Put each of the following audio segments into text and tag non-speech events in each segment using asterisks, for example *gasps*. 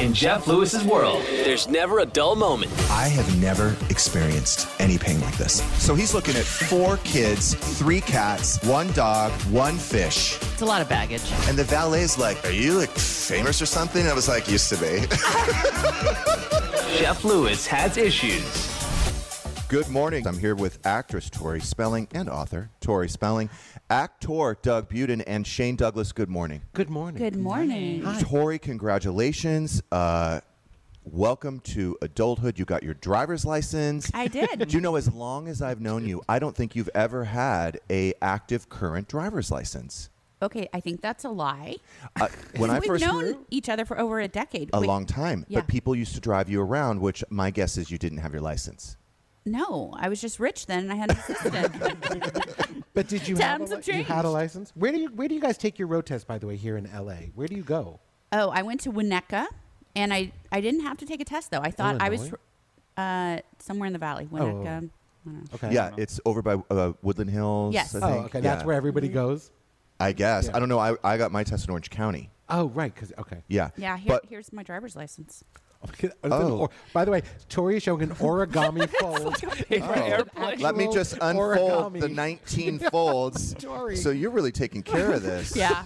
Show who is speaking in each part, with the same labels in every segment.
Speaker 1: In Jeff Lewis's world, there's never a dull moment.
Speaker 2: I have never experienced any pain like this. So he's looking at four kids, three cats, one dog, one fish.
Speaker 3: It's a lot of baggage.
Speaker 2: And the valet's like, Are you like famous or something? And I was like, Used to be. *laughs*
Speaker 1: Jeff Lewis has issues.
Speaker 2: Good morning. I'm here with actress Tori Spelling and author Tori Spelling, actor Doug Buden, and Shane Douglas. Good morning.
Speaker 4: Good morning.
Speaker 5: Good morning.
Speaker 2: Tori, congratulations. Uh, welcome to adulthood. You got your driver's license.
Speaker 5: I
Speaker 2: *laughs*
Speaker 5: did.
Speaker 2: Do you know, as long as I've known you, I don't think you've ever had a active current driver's license.
Speaker 5: Okay, I think that's a lie.
Speaker 2: Uh, when I
Speaker 5: We've
Speaker 2: first
Speaker 5: known each other for over a decade.
Speaker 2: a
Speaker 5: Wait,
Speaker 2: long time,
Speaker 5: yeah.
Speaker 2: but people used to drive you around, which my guess is you didn't have your license.
Speaker 5: No, I was just rich then, and I had an
Speaker 2: *laughs*
Speaker 5: assistant.
Speaker 4: But did you
Speaker 5: Times
Speaker 4: have,
Speaker 5: have
Speaker 4: a, you
Speaker 5: changed.
Speaker 4: had a license? Where do you where do you guys take your road test by the way here in LA? Where do you go?
Speaker 5: oh, I went to Winnetka, and I I didn't have to take a test though. I thought I was uh, somewhere in the valley,
Speaker 2: Oh.
Speaker 5: Winnetka. I don't know.
Speaker 4: Okay.
Speaker 2: yeah, it's over by uh, Woodland Hills.
Speaker 5: Yes.
Speaker 2: I
Speaker 4: Oh,
Speaker 2: think.
Speaker 4: okay.
Speaker 2: Yeah.
Speaker 4: That's where everybody goes.
Speaker 2: I guess. I don't know. I, I got my test in Orange County.
Speaker 4: Oh, right. Because okay. *laughs*
Speaker 2: Yeah.
Speaker 5: Yeah, here,
Speaker 2: But
Speaker 5: here's my driver's license.
Speaker 2: *laughs* Oh.
Speaker 4: Or- by the way, Tori is showing an origami fold.
Speaker 2: Oh. let me
Speaker 4: *laughs*
Speaker 2: just unfold the 19 folds.
Speaker 4: Tori.
Speaker 2: So you're really taking care of
Speaker 4: *laughs*
Speaker 2: this.
Speaker 5: Yeah,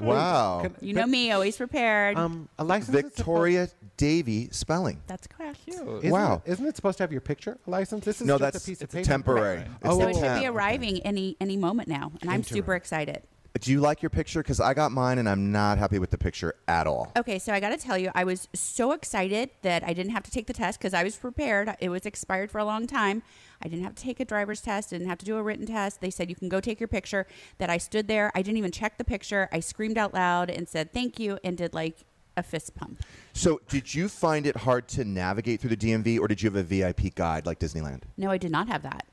Speaker 2: Wow.
Speaker 4: Can-
Speaker 5: you know me, always prepared.
Speaker 4: Um, a license. is supposed-
Speaker 2: Victoria Davy spelling.
Speaker 5: that's correct. So
Speaker 4: Isn't
Speaker 2: Wow.
Speaker 4: It, isn't it supposed to have your picture? A license. This is
Speaker 2: no,
Speaker 4: just
Speaker 2: that's
Speaker 4: a piece
Speaker 2: it's
Speaker 4: of paper. Oh,
Speaker 2: temporary. It's
Speaker 4: So
Speaker 5: it
Speaker 2: temp-
Speaker 5: should be arriving any any moment now, and I'm super excited.
Speaker 2: Do you like your picture? Because I got mine and I'm not happy with the picture at all.
Speaker 5: Okay, so I got to tell you, I was so excited that I didn't have to take the test because I was prepared. It was expired for a long time. I didn't have to take a driver's test, didn't have to do a written test. They said, you can go take your picture. That I stood there. I didn't even check the picture. I screamed out loud and said, thank you, and did like a fist pump.
Speaker 2: So, did you find it hard to navigate through the DMV, or did you have a VIP guide like Disneyland?
Speaker 5: No, I did not have that.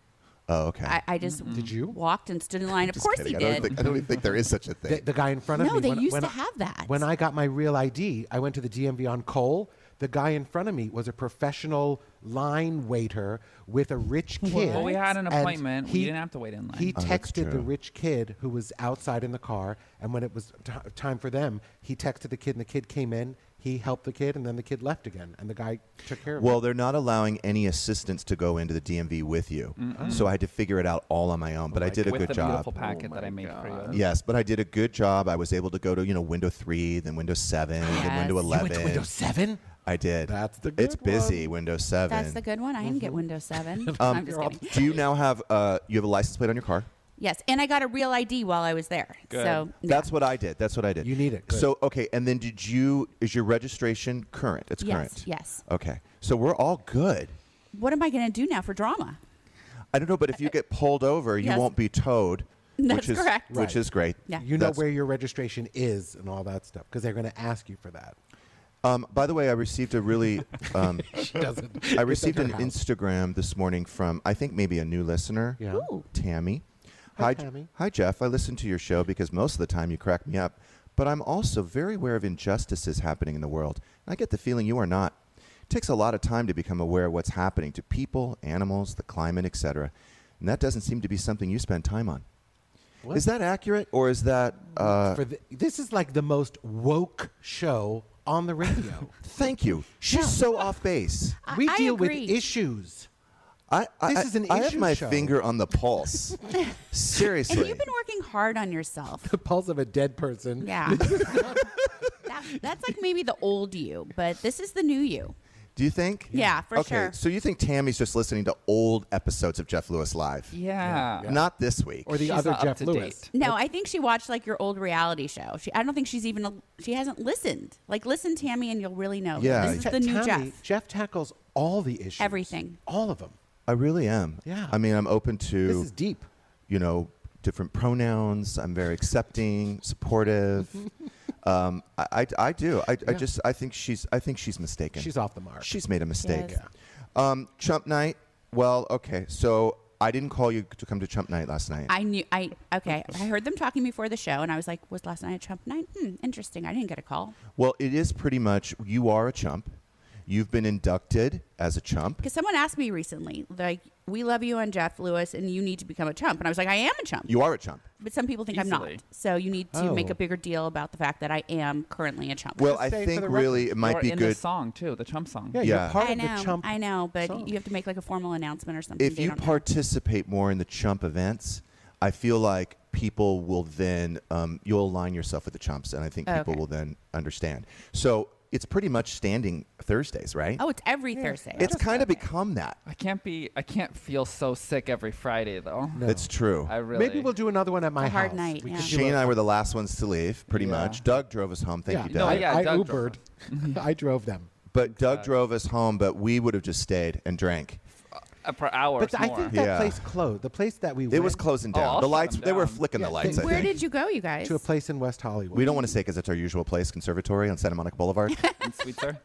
Speaker 2: Oh, okay.
Speaker 5: I, I just did
Speaker 4: you?
Speaker 5: walked
Speaker 2: *laughs*
Speaker 5: and stood in line. Of course
Speaker 2: Kidding.
Speaker 5: he
Speaker 2: I don't,
Speaker 5: did.
Speaker 2: think, I don't even think there is such a
Speaker 4: The,
Speaker 2: thing.
Speaker 4: the guy in front of
Speaker 5: No,
Speaker 4: me.
Speaker 5: they
Speaker 4: when,
Speaker 5: used
Speaker 4: when
Speaker 5: to
Speaker 4: I-
Speaker 5: have that.
Speaker 4: When I got my real ID, I went to the DMV on Cole. The guy in front of me was a professional line waiter with a rich kid.
Speaker 6: Well, we had an
Speaker 4: and
Speaker 6: appointment. We didn't have to wait in line.
Speaker 4: He
Speaker 2: Oh, that's
Speaker 4: texted the
Speaker 2: true.
Speaker 4: rich kid who was outside in the car, and when it was t- time for them, he texted the kid, and the kid came in. He helped the kid, and then the kid left again, and the guy took care of
Speaker 2: well,
Speaker 4: it.
Speaker 2: they're not allowing any assistants to go into the DMV with you, so I had to figure it out all on my own. But I did a
Speaker 6: with
Speaker 2: good
Speaker 6: the
Speaker 2: job.
Speaker 6: beautiful packet that I made for you.
Speaker 2: Yes, but I did a good job. I was able to go to you know window three, then window seven, then window
Speaker 5: Yes. You
Speaker 2: eleven.
Speaker 4: Window seven.
Speaker 2: I did.
Speaker 4: That's the
Speaker 2: it's
Speaker 4: good
Speaker 2: busy. Window seven. Um,
Speaker 5: That's the good one. I didn't
Speaker 2: Mm-hmm.
Speaker 5: get
Speaker 2: *laughs*
Speaker 5: Windows 7. I'm just kidding.
Speaker 2: Do you now have uh, you have a license plate on your car?
Speaker 5: Yes, and I got a real ID while I was there. So
Speaker 2: That's what I did. That's what I did.
Speaker 4: You need it. Good.
Speaker 2: So okay, and then did you? Is your registration current? It's
Speaker 5: Yes,
Speaker 2: current.
Speaker 5: yes.
Speaker 2: Okay, so we're all good.
Speaker 5: what am I going to do now for drama?
Speaker 2: I don't know, but if you get pulled over, you
Speaker 5: Uh, Yes.
Speaker 2: won't be towed.
Speaker 5: That's
Speaker 2: which is,
Speaker 5: correct.
Speaker 2: Which
Speaker 4: Right.
Speaker 2: is great.
Speaker 5: Yeah.
Speaker 4: You know
Speaker 2: That's-
Speaker 4: where your registration is and all that stuff because they're going to ask you for that.
Speaker 2: Um, by the way, I received a really.
Speaker 4: *laughs*
Speaker 2: Um, *laughs* *laughs*
Speaker 4: Doesn't.
Speaker 2: I received
Speaker 4: your
Speaker 2: an
Speaker 4: house.
Speaker 2: Instagram this morning from I think maybe a new listener.
Speaker 4: Yeah. Ooh.
Speaker 2: Tammy.
Speaker 4: Hi,
Speaker 2: J-
Speaker 4: Tammy.
Speaker 2: Hi Jeff. I listen to your show because most of the time you crack me up, but I'm also very aware of injustices happening in the world. And I get the feeling you are not. It takes a lot of time to become aware of what's happening to people, animals, the climate, etc. And that doesn't seem to be something you spend time on. Is that accurate or is that? Uh,
Speaker 4: For the, this is like the most woke show on the radio.
Speaker 2: thank you. She's so off base.
Speaker 4: *laughs* we
Speaker 5: *laughs* I
Speaker 4: deal
Speaker 5: agree.
Speaker 4: with issues.
Speaker 2: I, I,
Speaker 4: This is an
Speaker 2: I have
Speaker 4: issue
Speaker 2: my
Speaker 4: show.
Speaker 2: finger on the
Speaker 5: *laughs*
Speaker 2: pulse. Seriously.
Speaker 5: And you've been working hard on yourself.
Speaker 4: The pulse of a dead person.
Speaker 5: Yeah.
Speaker 2: *laughs*
Speaker 5: That- that's like maybe the old you, but this is the new you.
Speaker 2: Do you think?
Speaker 5: Yeah, for
Speaker 2: okay,
Speaker 5: sure.
Speaker 2: So you think Tammy's just listening to old episodes of Jeff Lewis live?
Speaker 6: Yeah.
Speaker 2: Not this week.
Speaker 4: Or the
Speaker 6: She's
Speaker 4: other
Speaker 6: up
Speaker 4: Jeff
Speaker 6: to
Speaker 4: Lewis.
Speaker 6: date.
Speaker 5: No, I think she watched like your old reality show. She, I don't think she's even, she hasn't listened. Like, listen, Tammy, and you'll really know.
Speaker 2: Yeah.
Speaker 5: This is
Speaker 4: Ta-
Speaker 5: the new
Speaker 4: Tammy,
Speaker 5: Jeff.
Speaker 4: Jeff tackles all the issues.
Speaker 5: Everything.
Speaker 4: All of them.
Speaker 2: I really am.
Speaker 4: Yeah.
Speaker 2: I mean, I'm open to.
Speaker 4: This is deep.
Speaker 2: you know, different pronouns. I'm very accepting, supportive.
Speaker 4: *laughs*
Speaker 2: um, I, I, I do. I, I just I think she's I think she's mistaken.
Speaker 4: She's off the mark.
Speaker 2: She's made a mistake.
Speaker 5: is.
Speaker 2: Um, Chump night. Well, okay. So I didn't call you to come to Chump night last night.
Speaker 5: I knew, I, okay, I heard them talking before the show, and I was like, was last night a Trump night? Hmm, interesting. I didn't get a call.
Speaker 2: well, it is pretty much you are a chump. You've been inducted as a chump.
Speaker 5: Because someone asked me recently, like, we love you on Jeff Lewis, and you need to become a chump. And I was like, I am a chump.
Speaker 2: You are a chump.
Speaker 5: but some people think I'm
Speaker 6: Easily.
Speaker 5: not. So you need to make
Speaker 4: Oh.
Speaker 5: a bigger deal about the fact that I am currently a chump.
Speaker 2: Well, I
Speaker 4: say for
Speaker 2: think
Speaker 4: the
Speaker 2: really it
Speaker 4: record,
Speaker 2: might
Speaker 6: or
Speaker 2: be
Speaker 6: in the
Speaker 2: good.
Speaker 6: song too, the chump song.
Speaker 4: Yeah,
Speaker 2: Yeah.
Speaker 4: you're part
Speaker 5: I
Speaker 4: of the
Speaker 5: know,
Speaker 4: chump.
Speaker 5: I know, but
Speaker 4: song.
Speaker 5: you have to make like a formal announcement or something.
Speaker 2: if
Speaker 5: They
Speaker 2: you
Speaker 5: don't know.
Speaker 2: participate more in the chump events, I feel like people will then um, you'll align yourself with the chumps, and I think people
Speaker 5: okay.
Speaker 2: will then understand. So it's pretty much standing Thursdays, right?
Speaker 5: oh, it's every Thursday.
Speaker 2: it's kind of become that.
Speaker 6: I can't be. I can't feel so sick every Friday though.
Speaker 2: That's true.
Speaker 6: I really.
Speaker 4: Maybe we'll do another one at my
Speaker 5: a hard
Speaker 4: house.
Speaker 5: night,
Speaker 4: We
Speaker 5: yeah.
Speaker 4: could do
Speaker 2: Shane
Speaker 4: a-
Speaker 2: and I were the last ones to leave, pretty
Speaker 6: Yeah.
Speaker 2: much. Doug drove us home. Thank
Speaker 4: yeah,
Speaker 2: you, Doug.
Speaker 4: no, I,
Speaker 6: Yeah, Uh,
Speaker 4: I
Speaker 6: Doug drove
Speaker 4: Ubered. *laughs* I drove them.
Speaker 2: but Doug drove us home, but we would have just stayed and drank.
Speaker 6: uh, per hour.
Speaker 4: But I
Speaker 6: more.
Speaker 4: think that
Speaker 2: Yeah.
Speaker 4: place closed. The place that we
Speaker 2: It
Speaker 4: went
Speaker 2: was closing
Speaker 6: Oh, I'll
Speaker 2: down. the
Speaker 6: shut
Speaker 2: lights,
Speaker 6: them
Speaker 2: they were
Speaker 6: down.
Speaker 2: flicking
Speaker 4: Yeah,
Speaker 2: the lights,
Speaker 4: they-
Speaker 2: I
Speaker 5: *laughs* Where
Speaker 2: think.
Speaker 5: did you go, you guys?
Speaker 4: to a place in West Hollywood.
Speaker 2: we don't want to say because it's our usual place, Conservatory on Santa Monica
Speaker 5: *laughs*
Speaker 2: Boulevard.
Speaker 6: And *laughs* Sweetser.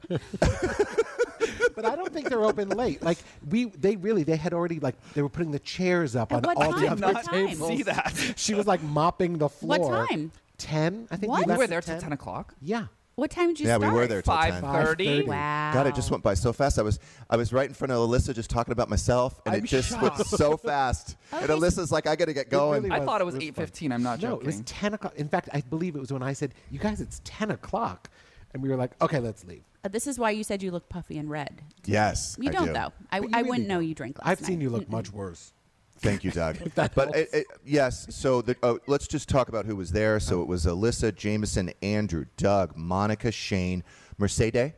Speaker 4: but I don't think they're open late. Like we, they really, they had already like they were putting the chairs up
Speaker 5: At
Speaker 4: on
Speaker 5: what
Speaker 4: all
Speaker 5: time?
Speaker 4: the
Speaker 6: Did
Speaker 4: other
Speaker 6: not
Speaker 5: time?
Speaker 4: tables.
Speaker 6: see that.
Speaker 4: *laughs* She was like mopping the floor.
Speaker 5: What time?
Speaker 4: Ten, I think.
Speaker 5: What?
Speaker 4: We,
Speaker 5: We
Speaker 6: we
Speaker 4: left
Speaker 6: were
Speaker 4: at
Speaker 6: there till ten o'clock.
Speaker 4: Yeah,
Speaker 5: what time did you
Speaker 2: yeah,
Speaker 5: start?
Speaker 2: we were there till 10.
Speaker 6: Five thirty.
Speaker 5: Wow.
Speaker 2: God, it just went by so fast. I was I was right in front of Alyssa just talking about myself, and
Speaker 4: I'm
Speaker 2: it just went so
Speaker 5: *laughs*
Speaker 2: fast. and
Speaker 5: Okay, so-
Speaker 2: Alyssa's like, I got to get going.
Speaker 4: really
Speaker 6: I
Speaker 4: was-
Speaker 6: thought it was
Speaker 4: it was
Speaker 6: eight fifteen. I'm not
Speaker 4: no,
Speaker 6: joking.
Speaker 4: it was ten o'clock. In fact, I believe it was when I said, "You guys, it's ten o'clock," and we were like, "Okay, let's leave."
Speaker 5: Uh, this is why you said you look puffy and red.
Speaker 2: yes.
Speaker 5: You
Speaker 2: I
Speaker 5: don't
Speaker 2: do.
Speaker 5: though. I, I
Speaker 4: But you really
Speaker 5: wouldn't know
Speaker 4: do.
Speaker 5: you drink last
Speaker 4: I've seen
Speaker 5: night.
Speaker 4: you look much worse.
Speaker 2: Thank you, Doug. but it, it, yes, so the, oh, let's just talk about who was there. So it was Alyssa, Jameson, Andrew, Doug, Monica, Shane, Mercedes.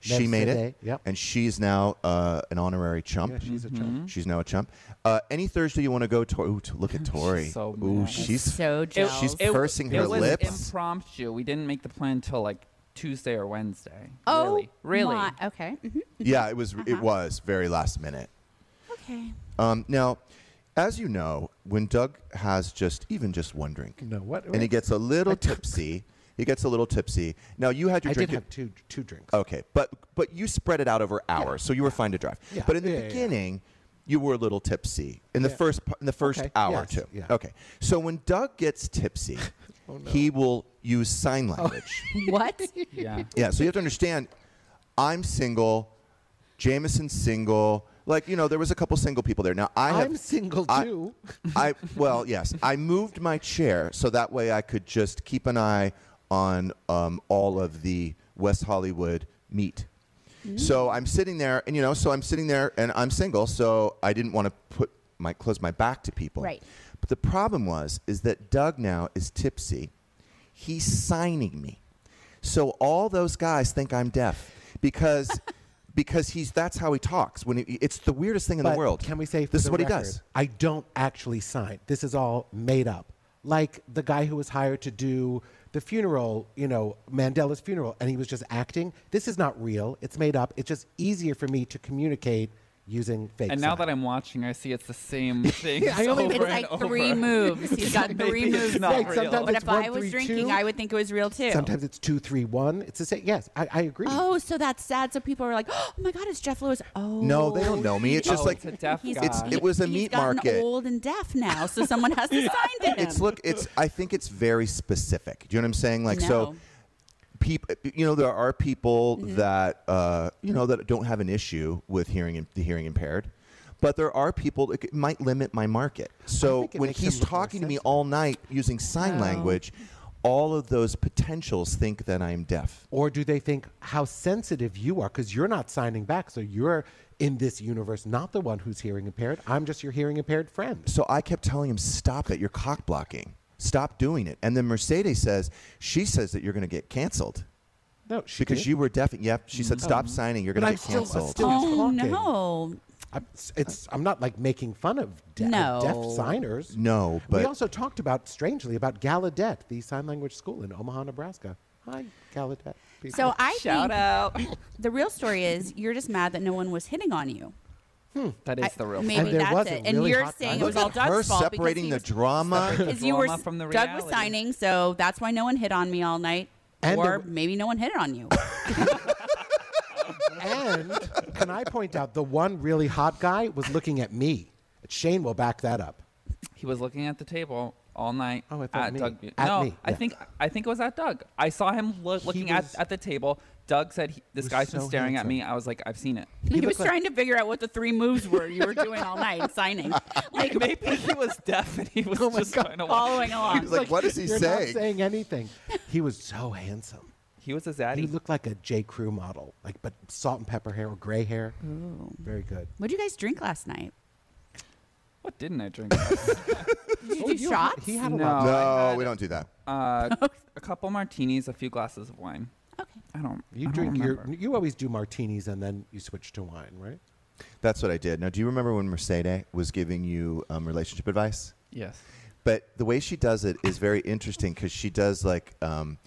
Speaker 2: She made
Speaker 4: Mercedes,
Speaker 2: it,
Speaker 4: yep.
Speaker 2: and she's now uh, an honorary chump. she's a
Speaker 4: Mm-hmm.
Speaker 2: chump. She's now a chump. Uh, any Thursday you want to go? Tor- ooh, t-
Speaker 4: *laughs*
Speaker 2: look at Tori.
Speaker 6: so
Speaker 2: ooh,
Speaker 6: mad.
Speaker 2: she's
Speaker 5: so jealous.
Speaker 2: she's pursing her
Speaker 6: it was
Speaker 2: lips.
Speaker 6: impromptu. We didn't make the plan till like Tuesday or Wednesday.
Speaker 5: Oh,
Speaker 6: really? Really?
Speaker 5: my- okay. hmm
Speaker 2: *laughs* Yeah, it was. It was very last minute.
Speaker 5: Okay.
Speaker 2: Um, now, as you know, when Doug has just even just one drink,
Speaker 4: No, what-
Speaker 2: and he gets a little tipsy. He gets a little tipsy. Now you had your
Speaker 4: I
Speaker 2: drink.
Speaker 4: did have two two drinks.
Speaker 2: okay, but but you spread it out over hours, so you were fine to drive.
Speaker 4: Yeah.
Speaker 2: But in the
Speaker 4: Yeah, yeah, yeah.
Speaker 2: beginning, you were a little tipsy in the first pa- in the first
Speaker 4: Okay,
Speaker 2: hour
Speaker 4: yes,
Speaker 2: too.
Speaker 4: yeah. Oh,
Speaker 2: Okay, so when Doug gets
Speaker 4: *laughs*
Speaker 2: tipsy, he will use sign language.
Speaker 5: *laughs* What?
Speaker 6: Yeah.
Speaker 2: Yeah, so you have to understand, I'm single, Jameson's single. Like you know, there was a couple single people there. Now I have,
Speaker 4: I'm single
Speaker 2: I-
Speaker 4: too.
Speaker 2: *laughs* I well, yes, I moved my chair so that way I could just keep an eye on um, all of the West Hollywood meat. So I'm sitting there, and you know, so I'm sitting there, and I'm single, so I didn't want to put my close my back to people.
Speaker 5: Right.
Speaker 2: But the problem was is that Doug now is tipsy. He's signing me. So all those guys think I'm deaf because because he's that's how he talks. When he, it's the weirdest thing in
Speaker 4: But
Speaker 2: the world.
Speaker 4: Can we say for
Speaker 2: this
Speaker 4: the
Speaker 2: is what he
Speaker 4: record,
Speaker 2: does?
Speaker 4: I don't actually sign. This is all made up. Like the guy who was hired to do the funeral, you know, Mandela's funeral, and he was just acting. This is not real. It's made up. It's just easier for me to communicate using fake.
Speaker 6: And now
Speaker 4: sign.
Speaker 6: that I'm watching, I see it's the same thing.
Speaker 4: I only-
Speaker 6: over
Speaker 5: It's like
Speaker 6: and
Speaker 5: three
Speaker 6: over.
Speaker 5: moves. He's *laughs* got three
Speaker 6: Maybe it's
Speaker 5: moves.
Speaker 6: not
Speaker 4: Right,
Speaker 6: real.
Speaker 4: sometimes
Speaker 5: But
Speaker 4: it's
Speaker 5: if I
Speaker 4: one, three,
Speaker 5: was drinking,
Speaker 4: two.
Speaker 5: I would think it was real too.
Speaker 4: sometimes it's two, three, one. It's the same. Yes, I, I
Speaker 2: *laughs*
Speaker 4: agree.
Speaker 5: Oh, so that's sad. So people are like, *gasps* "Oh my God, it's Jeff Lewis." Oh,
Speaker 2: No, they don't know me. It's just
Speaker 6: Oh,
Speaker 2: like
Speaker 6: it's a deaf
Speaker 5: He's-
Speaker 6: guy.
Speaker 2: it's- it was a
Speaker 5: he's
Speaker 2: meat
Speaker 5: gotten
Speaker 2: market.
Speaker 5: Old and deaf
Speaker 2: *laughs*
Speaker 5: now, so someone has to sign to him.
Speaker 2: it's look. It's I think it's very specific. Do you know what I'm saying? Like so,
Speaker 5: No.
Speaker 2: people. You know, there are
Speaker 4: Mm-hmm.
Speaker 2: people that uh, you know that don't have an issue with hearing im- the hearing impaired, But there are people it might limit my market. So
Speaker 4: think it
Speaker 2: when
Speaker 4: makes
Speaker 2: he's
Speaker 4: him look more
Speaker 2: talking to me
Speaker 4: sensitive. Oh.
Speaker 2: all night using sign language, all of those potentials think that I'm deaf.
Speaker 4: Or do they think how sensitive you are because you're not signing back? So you're in this universe, not the one who's hearing impaired. I'm just your hearing impaired friend.
Speaker 2: So I kept telling him, stop it. You're cock blocking. Stop doing it. And then Mercedes says, she says that you're going to get canceled
Speaker 4: No, she
Speaker 2: because
Speaker 4: did. Oh.
Speaker 2: you were deaf. Yep. She said, stop signing. You're
Speaker 4: But
Speaker 2: going to
Speaker 4: I'm
Speaker 2: get
Speaker 4: still- I'm
Speaker 2: canceled.
Speaker 4: still-
Speaker 5: oh
Speaker 4: talking.
Speaker 5: no.
Speaker 4: I'm, it's, I'm not like making fun of de-
Speaker 5: No.
Speaker 4: deaf signers.
Speaker 2: No, but-
Speaker 4: we also talked about strangely about Gallaudet, the sign language school in Omaha, Nebraska. Hi, Gallaudet. people.
Speaker 5: So I
Speaker 6: Shout
Speaker 5: think
Speaker 6: out.
Speaker 5: *laughs* the real story is you're just mad that no one was hitting on you.
Speaker 6: That is the real.
Speaker 5: Maybe
Speaker 4: And there
Speaker 5: that's
Speaker 4: was a
Speaker 5: it. and
Speaker 4: really
Speaker 5: you're
Speaker 4: hot
Speaker 5: saying
Speaker 4: guy.
Speaker 5: it was
Speaker 2: Look
Speaker 5: all
Speaker 2: at her
Speaker 5: Doug's fault because
Speaker 2: separating
Speaker 5: he
Speaker 2: the
Speaker 5: was- *laughs*
Speaker 2: drama.
Speaker 6: Separate
Speaker 5: Because you were
Speaker 6: Drama from the
Speaker 5: Doug was
Speaker 6: reality.
Speaker 5: signing, so that's why no one hit on me all night.
Speaker 4: And
Speaker 5: or
Speaker 4: the-
Speaker 5: maybe no one hit on
Speaker 2: *laughs*
Speaker 5: you.
Speaker 4: *laughs* And can I point out the one really hot guy was looking at me? Shane will back that up.
Speaker 6: He was looking at the table all night.
Speaker 4: Oh, I thought
Speaker 6: at
Speaker 4: me.
Speaker 6: Doug.
Speaker 4: At
Speaker 6: no,
Speaker 4: me,
Speaker 6: I
Speaker 4: yeah.
Speaker 6: think I think it was at Doug. I saw him loo- looking
Speaker 4: was-
Speaker 6: at, at the table. Doug said he, this
Speaker 4: was
Speaker 6: guy's been
Speaker 4: so
Speaker 6: staring
Speaker 4: handsome.
Speaker 6: at me. I was like, I've seen
Speaker 5: *laughs*
Speaker 6: it. *laughs*
Speaker 5: He, was
Speaker 4: looked like-
Speaker 5: trying to figure out what the three moves were you were doing all night
Speaker 6: *laughs*
Speaker 5: signing. Like
Speaker 6: Maybe he
Speaker 5: *laughs*
Speaker 6: was deaf and he was
Speaker 4: Oh my
Speaker 6: just
Speaker 4: God.
Speaker 6: trying to walk.
Speaker 5: following
Speaker 2: *laughs*
Speaker 5: along.
Speaker 2: He's like, what is he
Speaker 4: You're
Speaker 2: saying?
Speaker 4: not saying anything. He was so handsome.
Speaker 6: *laughs* He was a zaddy.
Speaker 4: He looked like a J. Crew model, like but salt and pepper hair or gray hair. Very good.
Speaker 5: what did you guys drink last night?
Speaker 6: what didn't I
Speaker 5: *laughs*
Speaker 6: drink?
Speaker 5: Did you do shots?
Speaker 4: Oh, He had a
Speaker 6: No.
Speaker 4: lot.
Speaker 6: Oh, I
Speaker 2: no,
Speaker 6: had-
Speaker 2: we don't do that.
Speaker 5: *laughs*
Speaker 6: uh, a couple martinis, a few glasses of wine.
Speaker 5: Okay.
Speaker 6: I don't. I
Speaker 4: You
Speaker 6: don't
Speaker 4: drink your.
Speaker 6: remember.
Speaker 4: You always do martinis and then you switch to wine, right?
Speaker 2: That's what I did. Now, do you remember when Mercedes was giving you um, relationship advice?
Speaker 6: Yes.
Speaker 2: But the way she does it is very interesting because she does like um,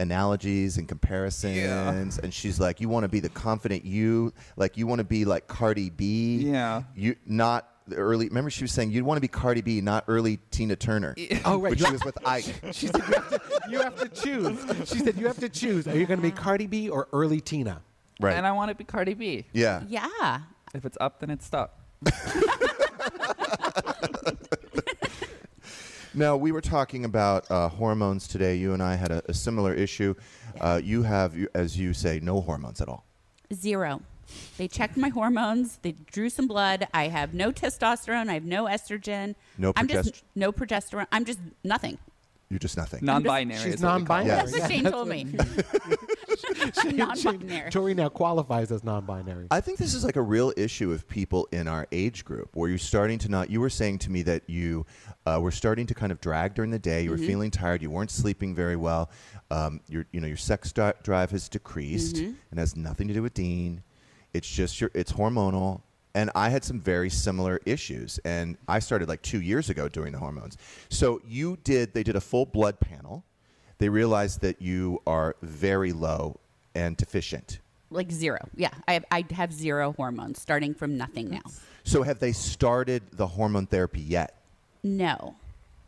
Speaker 2: analogies and comparisons, and she's like, "You want to be the confident you, like you want to be like Cardi B,
Speaker 6: Yeah.
Speaker 2: you not." The early, remember she was saying you want to be Cardi B, not early Tina Turner.
Speaker 4: Oh, right.
Speaker 2: Which
Speaker 4: You-
Speaker 2: she was with Ike.
Speaker 4: She said you have to. You have to choose. She said you have to choose. Are you going to be Cardi B or early Tina?
Speaker 2: right.
Speaker 6: And I want to be Cardi B.
Speaker 2: yeah.
Speaker 5: Yeah.
Speaker 6: If it's up, then it's
Speaker 5: *laughs*
Speaker 6: up.
Speaker 2: No, we were talking about uh, hormones today. You and I had a, a similar issue. Uh, you have, you- as you say, no hormones at all.
Speaker 5: Zero. They checked my hormones. They drew some blood. I have no testosterone. I have no estrogen.
Speaker 2: No
Speaker 5: I'm just
Speaker 2: progest-
Speaker 5: no progesterone. I'm just nothing.
Speaker 2: You're just nothing.
Speaker 6: Non-binary.
Speaker 4: She's
Speaker 6: is what we call it.
Speaker 4: non-binary.
Speaker 5: That's what Shane told me. *laughs*
Speaker 4: *laughs*
Speaker 5: Non-binary.
Speaker 4: Tori now qualifies as non-binary.
Speaker 2: I think this is like a real issue of people in our age group where you're starting to not. You were saying to me that you uh, were starting to kind of drag during the day. You were feeling tired. You weren't sleeping very well. Um, your, you know, your sex dri- drive has decreased and has nothing to do with Dean. It's just your. It's hormonal. And I had some very similar issues. And I started like two years ago doing the hormones. So you did. They did a full blood panel. They realized that you are very low and deficient.
Speaker 5: Like zero. Yeah. I have, I have zero hormones starting from nothing now.
Speaker 2: So have they started the hormone therapy yet?
Speaker 5: No.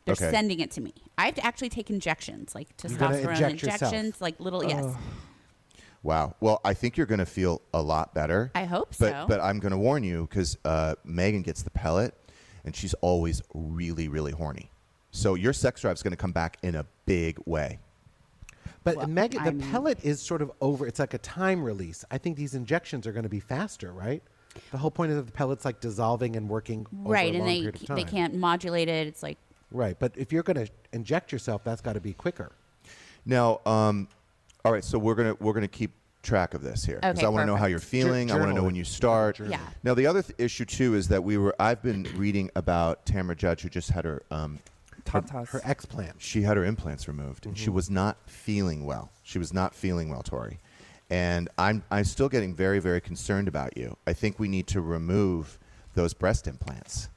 Speaker 5: They're
Speaker 2: Okay.
Speaker 5: sending it to me. I have to actually take injections, like
Speaker 4: gotta inject
Speaker 5: testosterone
Speaker 4: yourself.
Speaker 5: injections, like little yes.
Speaker 2: Wow. Well, I think you're going to feel a lot better.
Speaker 5: I hope
Speaker 2: but,
Speaker 5: so.
Speaker 2: But I'm going to warn you because uh, Megan gets the pellet, and she's always really, really horny. So your sex drive is going to come back in a big way.
Speaker 4: But
Speaker 5: Well,
Speaker 4: Megan, the
Speaker 5: I mean-
Speaker 4: pellet is sort of over. It's like a time release. I think these injections are going to be faster, right? The whole point is that the pellet's like dissolving and working
Speaker 5: Right,
Speaker 4: over a
Speaker 5: and
Speaker 4: long
Speaker 5: they
Speaker 4: period of time.
Speaker 5: they can't modulate it. It's like
Speaker 4: Right, but if you're going to inject yourself, that's got to be quicker.
Speaker 2: Now, um, all right. So we're gonna we're gonna keep track of this here because
Speaker 5: Okay,
Speaker 2: I want to know how
Speaker 5: perfect.
Speaker 2: you're feeling. I want to
Speaker 4: journal
Speaker 2: know
Speaker 4: it.
Speaker 2: when you start.
Speaker 5: Yeah.
Speaker 2: Now the other th- issue too is that we were I've been reading about Tamara Judge who just had her um,
Speaker 6: Tatas.
Speaker 4: Her explant.
Speaker 2: she had her implants removed and
Speaker 4: Mm-hmm.
Speaker 2: she was not feeling well. She was not feeling well, Tori. And I'm I'm still getting very very concerned about you. I think we need to remove those breast implants.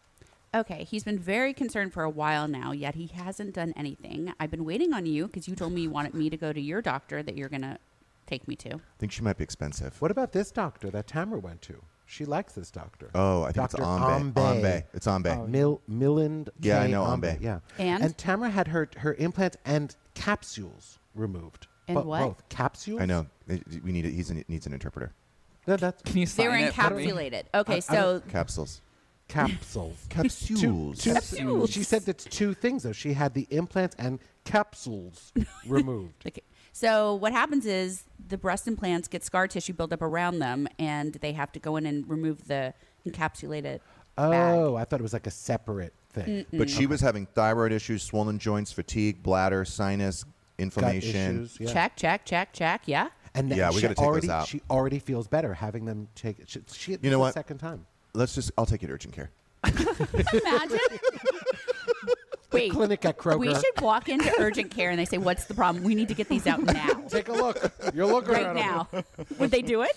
Speaker 5: okay, he's been very concerned for a while now, yet he hasn't done anything. I've been waiting on you because you told me you wanted me to go to your doctor that you're gonna take me to.
Speaker 2: I think she might be expensive.
Speaker 4: What about this doctor that Tamara went to? She likes this doctor.
Speaker 2: Oh, I think
Speaker 4: Dr.
Speaker 2: it's Ambe.
Speaker 4: Ambe.
Speaker 2: Ambe. It's Ambe.
Speaker 6: Oh,
Speaker 4: Mil, Milland.
Speaker 2: Yeah, I
Speaker 4: K.
Speaker 2: know
Speaker 4: Ambe.
Speaker 2: Ambe.
Speaker 4: Yeah.
Speaker 5: And?
Speaker 4: and Tamara had her her implants and capsules removed.
Speaker 5: And
Speaker 4: Bo-
Speaker 5: what?
Speaker 4: Both capsules.
Speaker 2: I know. It- We need a, he's an, needs an interpreter.
Speaker 4: No, that's
Speaker 6: Can you
Speaker 5: They're
Speaker 6: sign it for me?
Speaker 5: encapsulated. Okay,
Speaker 4: I
Speaker 5: so
Speaker 2: Capsules.
Speaker 4: capsules.
Speaker 2: Capsules.
Speaker 4: Two- two-
Speaker 5: Capsules.
Speaker 4: She said that's two things though. She had the implants and
Speaker 5: *laughs*
Speaker 4: capsules removed.
Speaker 5: Okay. So what happens is the breast implants get scar tissue built up around them, and they have to go in and remove the encapsulated bag.
Speaker 4: Oh, I thought it was like a separate thing.
Speaker 2: But she was having thyroid issues, swollen joints, fatigue, bladder, sinus,
Speaker 4: Gut
Speaker 2: inflammation.
Speaker 4: issues. Yeah.
Speaker 5: Check, check, check, check.
Speaker 4: *laughs*
Speaker 5: Yeah.
Speaker 4: And then
Speaker 2: Yeah, we
Speaker 4: she
Speaker 2: gotta take those
Speaker 4: already,
Speaker 2: out.
Speaker 4: She already feels better having them take it. She, she, this
Speaker 2: know
Speaker 4: is the
Speaker 2: what?
Speaker 4: Second time.
Speaker 2: Let's just, I'll take you to urgent care.
Speaker 5: Imagine. Wait.
Speaker 4: Clinic at Kroger.
Speaker 5: We should walk into urgent care and they say, "What's the problem? We need to get these
Speaker 4: *laughs*
Speaker 5: out now,
Speaker 4: Take a look. You're looking
Speaker 5: right now." Would they do it?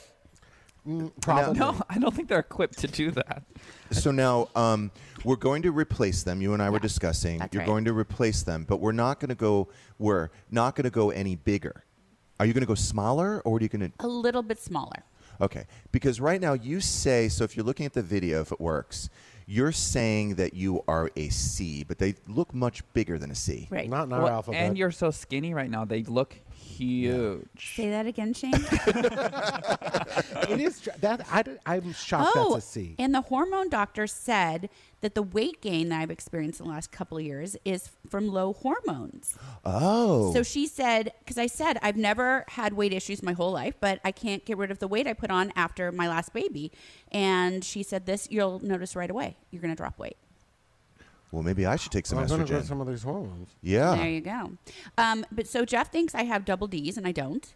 Speaker 4: Probably.
Speaker 6: No, I don't think they're equipped to do that.
Speaker 2: So now um, we're going to replace them. You and I were discussing.
Speaker 5: that's
Speaker 2: You're
Speaker 5: right.
Speaker 2: going to replace them, but we're not going to go. We're not going to go any bigger. Are you going to go smaller, or are you going to?
Speaker 5: A little bit smaller.
Speaker 2: Okay, because right now you say so. If you're looking at the video, if it works, you're saying that you are a C, but they look much bigger than a C.
Speaker 5: Right.
Speaker 4: Not in our
Speaker 6: Well,
Speaker 4: alphabet.
Speaker 6: and you're so skinny right now. They look huge.
Speaker 5: Say that again,
Speaker 2: *laughs*
Speaker 5: Shane.
Speaker 4: it is tr- that I, don't- I'm shocked
Speaker 5: oh,
Speaker 4: that's a C.
Speaker 5: and the hormone doctor said that the weight gain that I've experienced in the last couple of years is from low hormones.
Speaker 2: Oh,
Speaker 5: So she said, because I said I've never had weight issues my whole life, but I can't get rid of the weight I put on after my last baby. And she said, "This you'll notice right away. You're going to drop weight."
Speaker 2: well, maybe I should take some
Speaker 4: I'm going to
Speaker 2: estrogen.
Speaker 4: get some of these hormones.
Speaker 2: yeah,
Speaker 5: There you go. Um, but so Jeff thinks I have double D's, and I don't.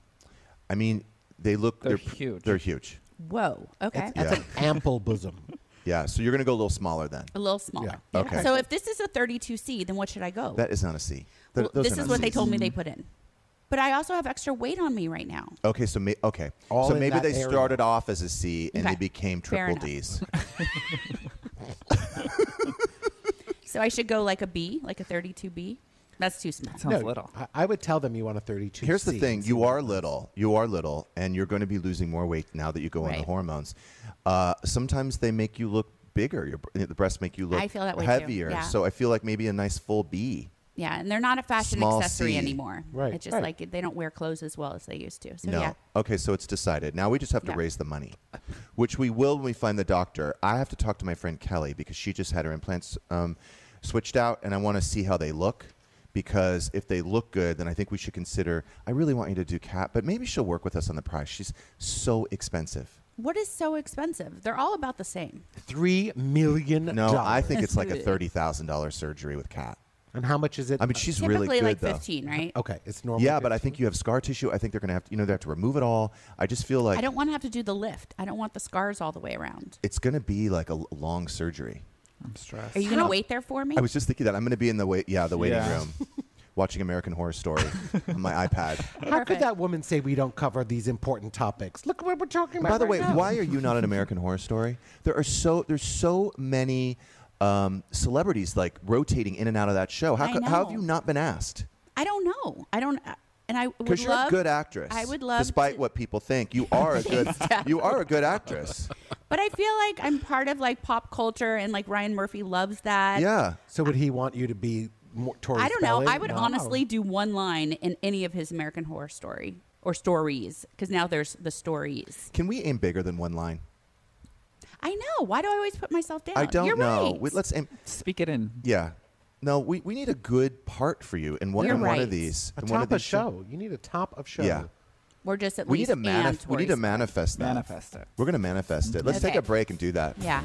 Speaker 2: I mean, they look.
Speaker 6: They're
Speaker 2: pr-
Speaker 6: huge.
Speaker 2: They're huge.
Speaker 5: Whoa. Okay.
Speaker 4: That's
Speaker 2: Yeah.
Speaker 4: an
Speaker 2: *laughs*
Speaker 4: ample bosom.
Speaker 2: Yeah. So you're going to go a little smaller then.
Speaker 5: A little smaller.
Speaker 2: Yeah. Okay.
Speaker 5: So if this is a 32C, then what should I go?
Speaker 2: That is not a C. Th-
Speaker 5: Well,
Speaker 2: those
Speaker 5: this
Speaker 2: are
Speaker 5: is
Speaker 2: not
Speaker 5: what they
Speaker 2: Cs.
Speaker 5: told me they put in. But I also have extra weight on me right now.
Speaker 2: Okay, so may, okay,
Speaker 4: All
Speaker 2: so
Speaker 4: in
Speaker 2: maybe
Speaker 4: that
Speaker 2: they
Speaker 4: area.
Speaker 2: started off as a C and
Speaker 5: Okay.
Speaker 2: they became
Speaker 5: Fair
Speaker 2: triple
Speaker 5: enough.
Speaker 4: *laughs*
Speaker 2: D's.
Speaker 5: So I should go like a B, like a 32B. That's too small.
Speaker 6: Sounds little.
Speaker 4: I, I would tell them you want a 32.
Speaker 2: Here's the
Speaker 4: C.
Speaker 2: thing: you are little, you are little, and you're going to be losing more weight now that you go on
Speaker 5: Right.
Speaker 2: the hormones. Uh, sometimes they make you look bigger. Your, br- the breasts make you look
Speaker 5: I feel that way too,
Speaker 2: heavier.
Speaker 5: yeah.
Speaker 2: So I feel like maybe a nice full B.
Speaker 5: Yeah, and they're not a fashion
Speaker 2: Small
Speaker 5: accessory
Speaker 2: C.
Speaker 5: anymore.
Speaker 4: Right,
Speaker 5: It's just
Speaker 4: right.
Speaker 5: like they don't wear clothes as well as they used to. So
Speaker 2: No.
Speaker 5: yeah.
Speaker 2: Okay, so it's decided. Now we just have to
Speaker 5: Yeah.
Speaker 2: raise the money, which we will when we find the doctor. I have to talk to my friend Kelly because she just had her implants um, switched out, and I want to see how they look. Because if they look good, then I think we should consider. I really want you to do cat, but maybe she'll work with us on the price. She's so expensive.
Speaker 5: What is so expensive? They're all about the same.
Speaker 4: Three million.
Speaker 2: No, I think it's like a
Speaker 5: Ugh.
Speaker 2: thirty thousand dollars surgery with cat.
Speaker 4: And how much is it?
Speaker 2: I mean, she's
Speaker 5: Typically
Speaker 2: really good
Speaker 5: like
Speaker 2: though. Uh-huh.
Speaker 5: 15, right?
Speaker 4: okay, it's normal.
Speaker 2: Yeah, but I think you have scar tissue. I think they're gonna have to. You know, they have to remove it all. I just feel like
Speaker 5: I don't want to have to do the lift. I don't want the scars all the way around.
Speaker 2: it's gonna be like a l- long surgery.
Speaker 6: I'm stressed.
Speaker 5: Are you going to wait there for me?
Speaker 2: I was just thinking that I'm going to be in the wait, yeah, the waiting
Speaker 6: Yeah.
Speaker 2: room,
Speaker 5: *laughs*
Speaker 2: watching American Horror Story on my iPad.
Speaker 4: How
Speaker 5: Perfect.
Speaker 4: could that woman say we don't cover these important topics? Look what we're talking about.
Speaker 2: By the way,
Speaker 4: right now.
Speaker 2: why are you not an American Horror Story? There are so there's so many um, celebrities like rotating in and out of that show. How,
Speaker 5: I
Speaker 2: co- how have
Speaker 5: know.
Speaker 2: you not been asked?
Speaker 5: I don't know. I don't. uh, And I would
Speaker 2: Because you're
Speaker 5: love,
Speaker 2: a good actress.
Speaker 5: I would love,
Speaker 2: despite
Speaker 5: to-
Speaker 2: what people think, you are a
Speaker 5: *laughs*
Speaker 2: good you are a good actress.
Speaker 5: But I feel like I'm part of like pop culture, and like Ryan Murphy loves that.
Speaker 2: Yeah.
Speaker 4: So would he want you to be more Tori
Speaker 5: I don't know.
Speaker 4: Spelling?
Speaker 5: I would
Speaker 4: No.
Speaker 5: honestly do one line in any of his American Horror Story or stories, because now there's the stories.
Speaker 2: Can we aim bigger than one line?
Speaker 5: I know. Why do I always put myself down?
Speaker 2: I don't
Speaker 5: You're
Speaker 2: know.
Speaker 5: Right.
Speaker 2: We, let's aim.
Speaker 6: Speak it in.
Speaker 2: Yeah. No, we, we need a good part for you in one,
Speaker 5: You're
Speaker 2: in one
Speaker 5: right.
Speaker 2: of these.
Speaker 4: A
Speaker 2: in one of
Speaker 4: top of,
Speaker 2: these show-
Speaker 4: show. You need a top of show.
Speaker 2: Yeah.
Speaker 5: We're just at
Speaker 2: We need
Speaker 5: least
Speaker 2: to manif-
Speaker 5: and
Speaker 2: we need to
Speaker 5: Tories.
Speaker 2: manifest that.
Speaker 6: Manifest it.
Speaker 2: We're gonna manifest it. Let's take
Speaker 5: Okay.
Speaker 2: a break and do that.
Speaker 5: Yeah.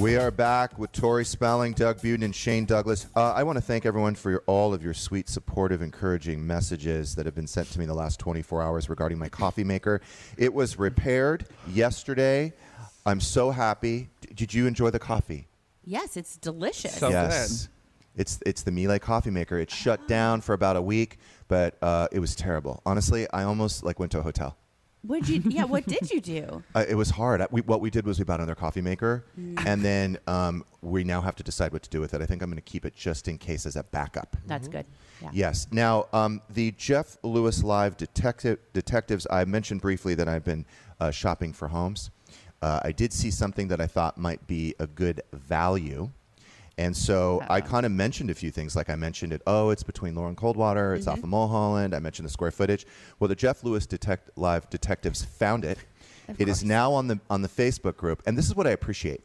Speaker 2: We are back with Tori Spelling, Doug Buden, and Shane Douglas. Uh, I want to thank everyone for your, all of your sweet, supportive, encouraging messages that have been sent to me in the last 24 hours regarding my coffee maker. It was repaired yesterday. I'm so happy. D- did you enjoy the coffee?
Speaker 5: Yes, it's delicious.
Speaker 6: So-
Speaker 2: yes. It's it's the Miele coffee maker. It shut down for about a week, but uh, it was terrible. Honestly, I almost like went to a hotel.
Speaker 5: What'd you? Yeah, what did
Speaker 2: *laughs*
Speaker 5: you do?
Speaker 2: Uh, it was hard. I, we, what we did was we bought another coffee maker, and then um, we now have to decide what to do with it. I think I'm going to keep it just in case as a backup.
Speaker 5: That's good. Yeah.
Speaker 2: Yes. Now, um, the Jeff Lewis Live detective detectives. I mentioned briefly that I've been uh, shopping for homes. Uh, I did see something that I thought might be a good value, and so I kind of mentioned a few things. Like I mentioned it. Oh, it's between Lauren Coldwater. It's off of Mulholland. I mentioned the square footage. Well, the Jeff Lewis detect live detectives found it. It is now on the on the Facebook group, and this is what I appreciate.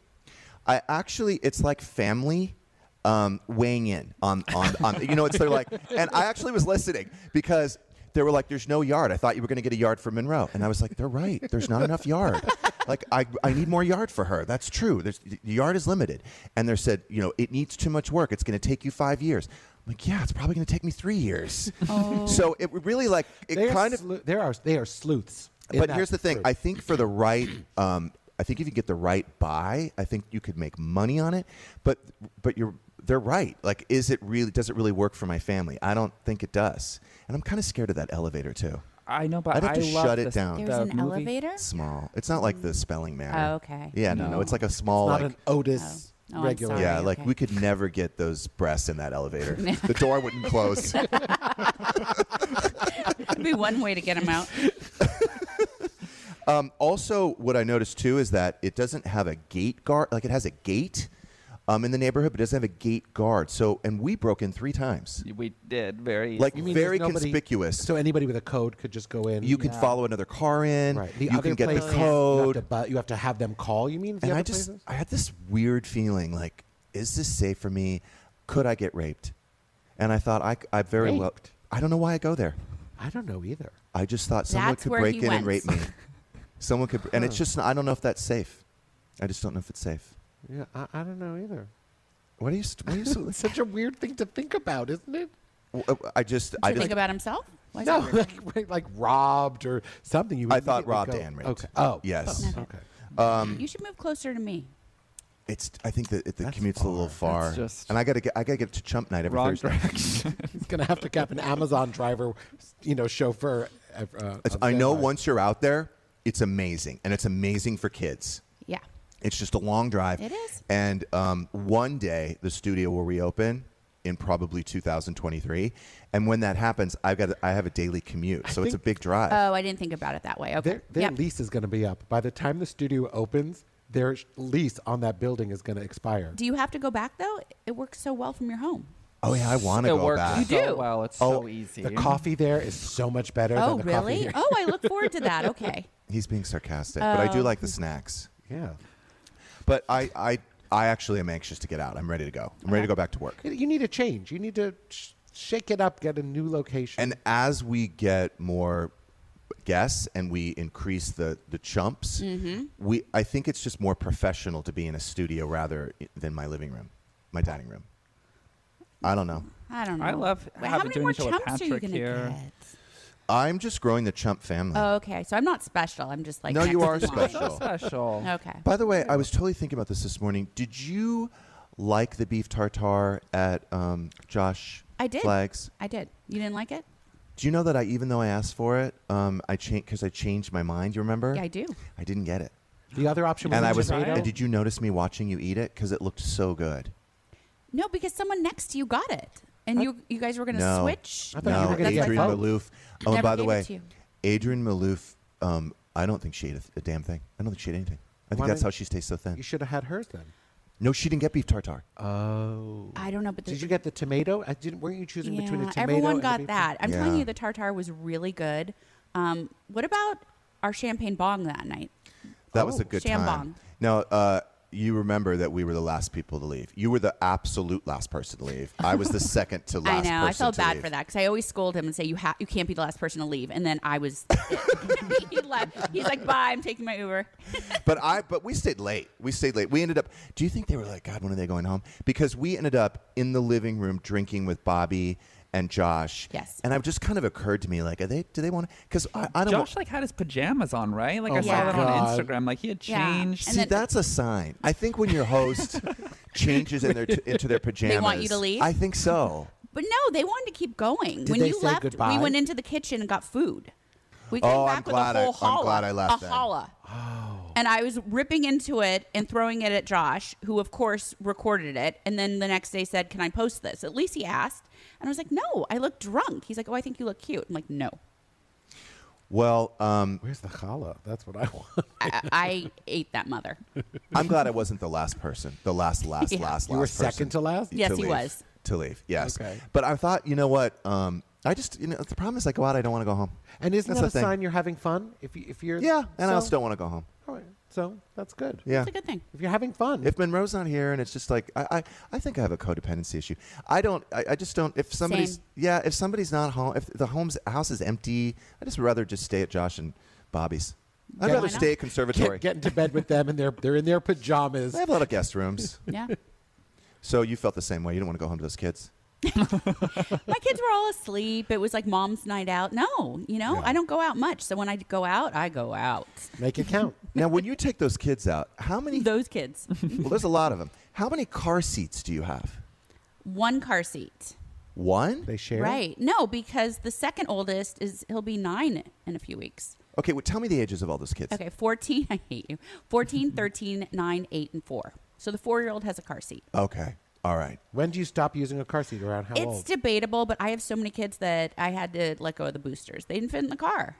Speaker 2: I actually, it's like family um, weighing in on, on, on, you know, it's they're like, and I actually was listening because they were like, there's no yard. I thought you were going to get a yard for Monroe. And I was like, they're right. There's not enough yard. Like, I, I need more yard for her. That's true. There's, the yard is limited. And they said, you know, it needs too much work. It's going to take you five years. I'm like, yeah, it's probably going to take me three years. So it really like, it
Speaker 4: They are
Speaker 2: kind of,
Speaker 4: slu- there are they are sleuths. in
Speaker 2: but
Speaker 4: that
Speaker 2: here's the thing.
Speaker 4: group.
Speaker 2: I think for the right, um, I think if you get the right buy, I think you could make money on it. But but you're they're right. Like, is it really? Does it really work for my family? I don't think it does. And I'm kind of scared of that elevator too.
Speaker 6: I know, but
Speaker 2: I'd have
Speaker 6: I
Speaker 2: to
Speaker 6: love
Speaker 2: shut it
Speaker 6: this-
Speaker 2: down.
Speaker 5: There's
Speaker 6: the
Speaker 5: an
Speaker 6: movie.
Speaker 5: elevator.
Speaker 2: *laughs* Small. It's not like the spelling matter.
Speaker 5: Oh, okay.
Speaker 2: Yeah, no, no. It's like a small.
Speaker 4: not
Speaker 2: like,
Speaker 4: an Otis
Speaker 5: Oh. Oh, I'm
Speaker 4: regular.
Speaker 5: sorry.
Speaker 2: yeah, like
Speaker 5: okay.
Speaker 2: we could never get those breasts in that
Speaker 5: *laughs*
Speaker 2: elevator. the door wouldn't close.
Speaker 5: That'd be one way to get
Speaker 2: *laughs*
Speaker 5: them out.
Speaker 2: Um, also, what I noticed too is that it doesn't have a gate guard. Like it has a gate um, in the neighborhood, but it doesn't have a gate guard. So, and we broke in three times.
Speaker 6: We did very
Speaker 2: Like
Speaker 4: You mean there's
Speaker 2: very
Speaker 4: nobody-
Speaker 2: conspicuous.
Speaker 4: So anybody with a code could just go in.
Speaker 2: you can follow another car in.
Speaker 4: right.
Speaker 2: you
Speaker 4: other
Speaker 2: can get the
Speaker 4: places, You have,
Speaker 2: code.
Speaker 4: to, bu- you have to have them call. You mean the
Speaker 2: and
Speaker 4: other
Speaker 2: I just,
Speaker 4: places?
Speaker 2: I had this weird feeling like, is this safe for me? Could I get raped? And I thought I, c- I very well.
Speaker 4: Raped?
Speaker 2: I don't know why I go there.
Speaker 4: I don't know either.
Speaker 2: I just thought someone
Speaker 5: That's
Speaker 2: could
Speaker 5: where
Speaker 2: break
Speaker 5: he
Speaker 2: in and rape
Speaker 5: went.
Speaker 2: me.
Speaker 5: *laughs*
Speaker 2: someone could, and it's just, I don't know if that's safe. I just don't know if it's safe.
Speaker 4: Yeah, I, I don't know either.
Speaker 2: What are you? What
Speaker 4: *laughs*
Speaker 2: are you so,
Speaker 4: It's such a weird thing to think about, isn't it?
Speaker 2: Well, uh, I just, I
Speaker 5: To
Speaker 2: just,
Speaker 5: think about himself. Why is
Speaker 4: No,
Speaker 5: that weird?
Speaker 4: like right, like robbed or something. You. would
Speaker 2: I thought
Speaker 4: immediately
Speaker 2: robbed
Speaker 4: go-
Speaker 2: and raped.
Speaker 4: Okay. Oh
Speaker 2: yes,
Speaker 4: Okay.
Speaker 2: Um,
Speaker 5: you should move closer to me.
Speaker 2: it's. I think that it, the
Speaker 4: That's
Speaker 2: commute's a little
Speaker 4: far.
Speaker 2: far,
Speaker 6: That's just-
Speaker 2: and I gotta get, I gotta get to Chump Night every
Speaker 6: wrong
Speaker 2: Thursday.
Speaker 6: direction.
Speaker 4: He's gonna have to cap an Amazon driver, you know, chauffeur. Uh,
Speaker 2: It's-
Speaker 4: on
Speaker 2: I know
Speaker 4: standby.
Speaker 2: once you're out there, it's amazing, and it's amazing for kids.
Speaker 5: Yeah.
Speaker 2: It's just a long drive.
Speaker 5: It is.
Speaker 2: And um, one day the studio will reopen in probably 2023, and when that happens, I've got, I have a daily commute, so it's a
Speaker 4: think-
Speaker 2: big drive.
Speaker 5: Oh, I didn't think about it that way. Okay.
Speaker 4: Their, their
Speaker 5: Yeah.
Speaker 4: lease is going to be up by the time the studio opens. Their sh- lease on that building is going to expire.
Speaker 5: Do you have to go back though? It works so well from your home.
Speaker 2: oh yeah, I want to
Speaker 6: it
Speaker 2: go
Speaker 6: works
Speaker 2: back.
Speaker 5: You
Speaker 6: so
Speaker 5: do.
Speaker 6: well. It's
Speaker 2: Oh,
Speaker 6: so easy.
Speaker 4: the coffee there is so much better.
Speaker 5: Oh,
Speaker 4: than the coffee
Speaker 5: really? *laughs*
Speaker 4: here.
Speaker 5: Oh, I
Speaker 4: *laughs*
Speaker 5: look forward to that. Okay.
Speaker 2: He's being sarcastic, but
Speaker 5: Oh.
Speaker 2: I do like the snacks.
Speaker 4: Yeah.
Speaker 2: But I, I, I actually am anxious to get out. I'm ready to go. I'm ready to go back to work.
Speaker 4: You- You need a change. You need to sh- shake it up. Get a new location.
Speaker 2: And as we get more guests and we increase the the chumps,
Speaker 5: Mm-hmm.
Speaker 2: we I think it's just more professional to be in a studio rather than my living room, my dining room. I don't know.
Speaker 5: I don't know.
Speaker 6: I love
Speaker 5: Wait, how
Speaker 6: having-
Speaker 5: many
Speaker 6: doing
Speaker 5: more
Speaker 6: the show with
Speaker 5: chumps are you
Speaker 6: Patrick
Speaker 5: gonna
Speaker 6: here.
Speaker 5: get?
Speaker 2: I'm just growing the chump family.
Speaker 5: Oh, okay. So I'm not special. I'm just like
Speaker 2: No,
Speaker 5: next
Speaker 2: you
Speaker 5: in
Speaker 2: are
Speaker 5: *laughs* line.
Speaker 2: special.
Speaker 6: special.
Speaker 5: *laughs* Okay.
Speaker 2: By the way, I was totally thinking about this this morning. Did you like the beef tartare at um, Josh
Speaker 5: I did.
Speaker 2: Flags?
Speaker 5: I did. You didn't like it?
Speaker 2: Do you know that I even though I asked for it, um, I changed because I changed my mind. You remember?
Speaker 5: Yeah, I do.
Speaker 2: I didn't get it.
Speaker 4: the other option was
Speaker 2: and
Speaker 4: a
Speaker 2: I was.
Speaker 4: tomato.
Speaker 2: And did you notice me watching you eat it? Because it looked so good.
Speaker 5: No, because someone next to you got it, and you you guys were gonna
Speaker 2: no.
Speaker 5: switch.
Speaker 4: I thought you
Speaker 2: No,
Speaker 4: were gonna get
Speaker 5: That's
Speaker 2: Adrian
Speaker 5: what I
Speaker 4: both.
Speaker 5: thought.
Speaker 2: Maloof. Oh, and
Speaker 5: Never
Speaker 2: by the
Speaker 5: gave it
Speaker 2: way,
Speaker 5: to you.
Speaker 2: Adrian Maloof. Um, I don't think she ate a, a damn thing. I don't think she ate anything. I think
Speaker 4: Why
Speaker 2: that's
Speaker 4: don't-
Speaker 2: how she stays so thin.
Speaker 4: You should have had hers then.
Speaker 2: No, she didn't get beef tartare.
Speaker 4: Oh.
Speaker 5: I don't know, but the,
Speaker 4: Did you get the tomato? I didn't. Weren't you choosing
Speaker 5: yeah,
Speaker 4: between a tomato?
Speaker 5: everyone
Speaker 4: and a
Speaker 5: got
Speaker 4: beef
Speaker 5: that. I'm
Speaker 2: Yeah.
Speaker 5: telling you, the tartare was really good. Um, what about our champagne bong that night.
Speaker 2: That was a good time.
Speaker 5: Oh, Shambong.
Speaker 2: Now, uh, you remember that we were the last people to leave. You were the absolute last person to leave. I was
Speaker 5: *laughs*
Speaker 2: the second to last.
Speaker 5: I know. I
Speaker 2: person
Speaker 5: felt
Speaker 2: to
Speaker 5: bad
Speaker 2: leave.
Speaker 5: for that because I always scold him and say you ha- you can't be the last person to leave, and then I was. it. *laughs* he left. He's like, bye. I'm taking my Uber.
Speaker 2: But I, but we stayed late. We stayed late. We ended up. Do you think they were like, God, when are they going home? Because we ended up in the living room drinking with Bobby and Josh.
Speaker 5: Yes.
Speaker 2: And it just kind of occurred to me, like, are they? Do they want to? Because I, I don't.
Speaker 6: Josh like had his pajamas on, right? Like I
Speaker 2: Oh
Speaker 6: saw
Speaker 5: my
Speaker 6: that
Speaker 2: God.
Speaker 6: on Instagram. Like he had
Speaker 5: Yeah.
Speaker 6: changed.
Speaker 5: And
Speaker 2: See,
Speaker 5: then-
Speaker 2: that's a sign. I think when your
Speaker 5: *laughs*
Speaker 2: host changes in their t- into their pajamas,
Speaker 5: want you to leave?
Speaker 2: I think so.
Speaker 5: But no, they wanted to keep going. when
Speaker 4: they
Speaker 5: you
Speaker 4: say
Speaker 5: left,
Speaker 4: goodbye?
Speaker 5: we went into the kitchen and got food. We came
Speaker 2: Oh, I'm
Speaker 5: back
Speaker 2: glad
Speaker 5: with
Speaker 2: I-
Speaker 5: a whole
Speaker 2: I'm
Speaker 5: holla,
Speaker 2: glad I left
Speaker 5: a
Speaker 2: then. Oh.
Speaker 5: holla. And I was ripping into it and throwing it at Josh, who of course recorded it, and then the next day said, "Can I post this?" At least he asked, and I was like, "No, I look drunk." He's like, "Oh, I think you look cute." I'm like, "No."
Speaker 2: Well, um,
Speaker 4: Where's the challah? That's what I *laughs* want.
Speaker 5: I, I *laughs* ate that mother.
Speaker 2: I'm glad I wasn't the last person, the last, last,
Speaker 5: Yeah.
Speaker 2: last, last.
Speaker 4: You were
Speaker 2: person
Speaker 4: second to last?
Speaker 5: Yes, he
Speaker 2: leave-
Speaker 5: was.
Speaker 2: to leave. Yes.
Speaker 4: Okay.
Speaker 2: But I thought, you know what? Um, I just, you know, the problem is I go out, I don't want to go home.
Speaker 4: And isn't
Speaker 2: That's
Speaker 4: that
Speaker 2: the
Speaker 4: a
Speaker 2: thing.
Speaker 4: sign you're having fun? If you, if you're
Speaker 2: Yeah, and I
Speaker 4: so-
Speaker 2: also don't want to go home.
Speaker 4: All right, so that's good.
Speaker 2: Yeah.
Speaker 5: It's a good thing.
Speaker 4: If you're having fun,
Speaker 2: If Monroe's not here, and it's just like I, I, I think I have a codependency issue. I don't. I, I just don't. If somebody's,
Speaker 5: Same.
Speaker 2: yeah, if somebody's not home, if the home's house is empty, I just rather just stay at Josh and Bobby's. I'd
Speaker 4: Yeah,
Speaker 2: rather
Speaker 5: why not?
Speaker 2: stay at conservatory.
Speaker 4: get, get into bed with them and they're they're
Speaker 2: *laughs*
Speaker 4: in their pajamas.
Speaker 2: I have a lot of guest rooms,
Speaker 5: Yeah.
Speaker 2: so you felt the same way. You don't want to go home to those kids.
Speaker 5: My kids were all asleep. It was like mom's night out. No, you know, I don't go out much. So when I go out, I go out.
Speaker 4: Make it count.
Speaker 2: Now, when you take those kids out, how many?
Speaker 5: Those kids.
Speaker 2: *laughs* well, there's a lot of them. How many car seats do you have?
Speaker 5: One car seat.
Speaker 2: One.
Speaker 4: They share.
Speaker 5: Right. No, because the second oldest is he'll be nine in a few weeks.
Speaker 2: Okay, well, tell me the ages of all those kids.
Speaker 5: Okay, 14. *laughs* I hate you.
Speaker 4: *laughs*
Speaker 5: 14, 13, 9, 8, and 4. So the four year old has a car seat.
Speaker 2: Okay. All right.
Speaker 4: When do you stop using a car seat? Around how
Speaker 5: it's
Speaker 4: old?
Speaker 5: debatable, but I have so many kids that I had to let go of the boosters. They didn't fit in
Speaker 4: *laughs*
Speaker 5: the car.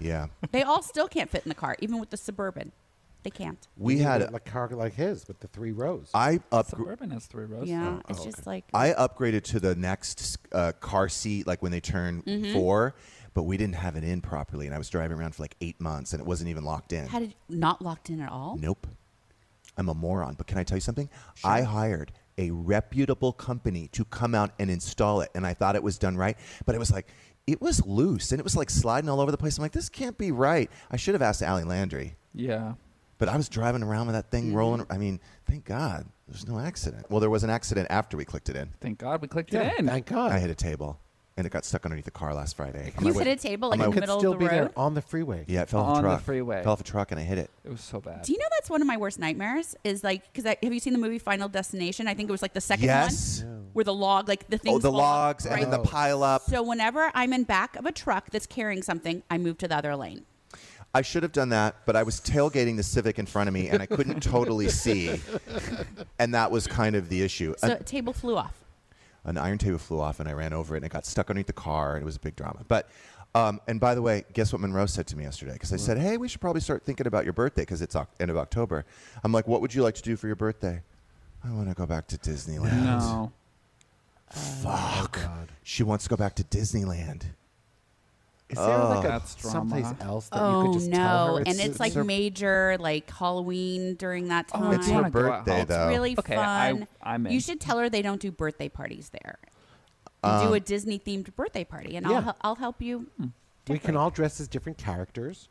Speaker 2: Yeah.
Speaker 5: They all still can't fit in the car, even with the Suburban. They can't.
Speaker 2: We
Speaker 4: You
Speaker 2: had.
Speaker 4: need a car like his with the three rows.
Speaker 2: I upgraded.
Speaker 6: Suburban has three rows.
Speaker 4: Oh,
Speaker 5: Yeah, it's just like.
Speaker 2: I upgraded to the next uh, car seat, like when they turn
Speaker 5: Mm-hmm.
Speaker 2: four, but we didn't have it in properly, and I was driving around for like eight months, and it wasn't even locked in.
Speaker 5: How did you, not locked in at all?
Speaker 2: nope, I'm a moron. But can I tell you something? I hired a reputable company to come out and install it, and I thought it was done right, but it was like it was loose and it was like sliding all over the place. I'm like, this can't be right. I should have asked Allie Landry,
Speaker 6: Yeah.
Speaker 2: but I was driving around with that thing
Speaker 5: Mm-hmm.
Speaker 2: rolling. I mean, thank God there's no accident. Well, there was an accident after we clicked it in.
Speaker 6: Thank God we clicked
Speaker 4: yeah,
Speaker 6: it in.
Speaker 4: thank God.
Speaker 2: I hit a table and it got stuck underneath the car last Friday. On
Speaker 5: You
Speaker 2: my
Speaker 5: hit
Speaker 2: way-
Speaker 5: a table
Speaker 2: on
Speaker 5: like in
Speaker 2: my-
Speaker 5: the
Speaker 4: could
Speaker 5: middle of
Speaker 4: still
Speaker 5: the
Speaker 4: be
Speaker 5: road.
Speaker 4: there on the freeway.
Speaker 2: Yeah, it fell off a
Speaker 6: on the
Speaker 2: truck.
Speaker 6: freeway.
Speaker 2: Fell off a truck and I hit it.
Speaker 6: It was so bad.
Speaker 5: Do you know that's one of my worst nightmares? Is like because have you seen the movie Final Destination? I think it was like the second
Speaker 2: Yes.
Speaker 5: one where the log, like the things,
Speaker 2: Oh, the
Speaker 5: fall off,
Speaker 2: logs and
Speaker 5: right?
Speaker 2: then the pile up.
Speaker 5: So whenever I'm in back of a truck that's carrying something, I move to the other lane.
Speaker 2: I should have done that, but I was tailgating the Civic in front of me and I couldn't totally
Speaker 5: *laughs*
Speaker 2: see. And that was kind of the issue.
Speaker 5: So
Speaker 2: an,
Speaker 5: a table flew off.
Speaker 2: an iron table flew off and I ran over it and it got stuck underneath the car and it was a big drama. But um, and by the way, guess what Monroe said to me yesterday? Because I said, "Hey, we should probably start thinking about your birthday because it's Oc- end of October." I'm like, "What would you like to do for your birthday?" I want to go back to Disneyland.
Speaker 6: No.
Speaker 4: Oh,
Speaker 2: Fuck. she wants to go back to Disneyland.
Speaker 4: Is there like a
Speaker 6: Oh, That's drama.
Speaker 4: someplace else that you
Speaker 5: Oh
Speaker 4: could just tell
Speaker 5: no!
Speaker 4: her?
Speaker 5: and it's like
Speaker 2: her-
Speaker 5: major, like Halloween during that
Speaker 6: Oh,
Speaker 5: time.
Speaker 2: It's
Speaker 6: I
Speaker 2: her
Speaker 6: wanna go out.
Speaker 2: birthday,
Speaker 6: It's
Speaker 2: though.
Speaker 5: really
Speaker 6: Okay, I-
Speaker 5: fun.
Speaker 6: I'm in.
Speaker 5: You should tell her they don't do birthday parties there. do a Disney themed birthday party, and
Speaker 4: Yeah.
Speaker 5: I'll I'll help you.
Speaker 4: we can all dress as different characters.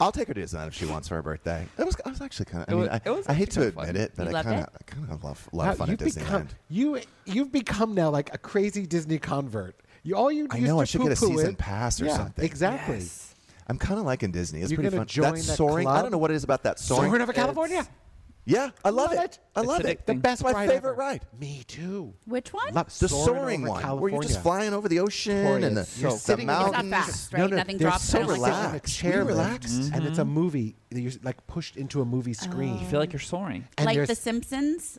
Speaker 2: I'll take her to Disneyland if she wants for her birthday. It was, I was actually kind of. I mean,
Speaker 6: was-
Speaker 2: I,
Speaker 6: it was
Speaker 2: I hate to
Speaker 6: actually kinda
Speaker 2: admit
Speaker 6: fun.
Speaker 2: it, but
Speaker 5: You
Speaker 2: I
Speaker 5: loved
Speaker 2: kind of,
Speaker 5: it?
Speaker 2: I kind of love love
Speaker 4: Wow,
Speaker 2: fun at Disneyland.
Speaker 4: become you you've become now like a crazy Disney convert. You all you
Speaker 2: I
Speaker 4: used
Speaker 2: know,
Speaker 4: to
Speaker 2: I should get a
Speaker 4: poo-poo
Speaker 2: season
Speaker 4: it.
Speaker 2: pass or
Speaker 4: Yeah,
Speaker 2: something.
Speaker 4: Exactly.
Speaker 2: I'm kind of liking Disney. It's
Speaker 4: You're
Speaker 2: pretty
Speaker 4: gonna
Speaker 2: fun.
Speaker 4: join
Speaker 2: that
Speaker 4: that
Speaker 2: soaring. I
Speaker 4: club?
Speaker 2: don't know what it is about that soaring.
Speaker 4: Soaring over California.
Speaker 2: Yeah, I love,
Speaker 4: Love
Speaker 2: it.
Speaker 4: it.
Speaker 2: I
Speaker 6: It's
Speaker 2: love
Speaker 6: addicting.
Speaker 2: it.
Speaker 6: The
Speaker 4: Best
Speaker 2: my
Speaker 4: ride
Speaker 2: favorite
Speaker 4: ever.
Speaker 2: ride.
Speaker 4: Me too.
Speaker 5: Which one?
Speaker 4: Love
Speaker 2: The
Speaker 4: soaring,
Speaker 2: soaring
Speaker 4: over
Speaker 2: one,
Speaker 4: California.
Speaker 2: where you're just flying over the ocean and the,
Speaker 6: Victoria's so
Speaker 2: the
Speaker 6: fun.
Speaker 5: It's
Speaker 2: mountains.
Speaker 5: not fast, right?
Speaker 4: No, no,
Speaker 5: Nothing
Speaker 4: they're
Speaker 5: drops.
Speaker 2: so
Speaker 5: I don't like
Speaker 4: relaxed.
Speaker 5: that.
Speaker 4: On a
Speaker 2: relaxed.
Speaker 4: chair
Speaker 2: You
Speaker 4: lift,
Speaker 2: relaxed?
Speaker 4: and
Speaker 5: Mm-hmm.
Speaker 4: it's a movie that you're like pushed into a movie screen.
Speaker 6: You feel like you're soaring.
Speaker 4: And
Speaker 5: Oh. like
Speaker 4: there's-
Speaker 5: the Simpsons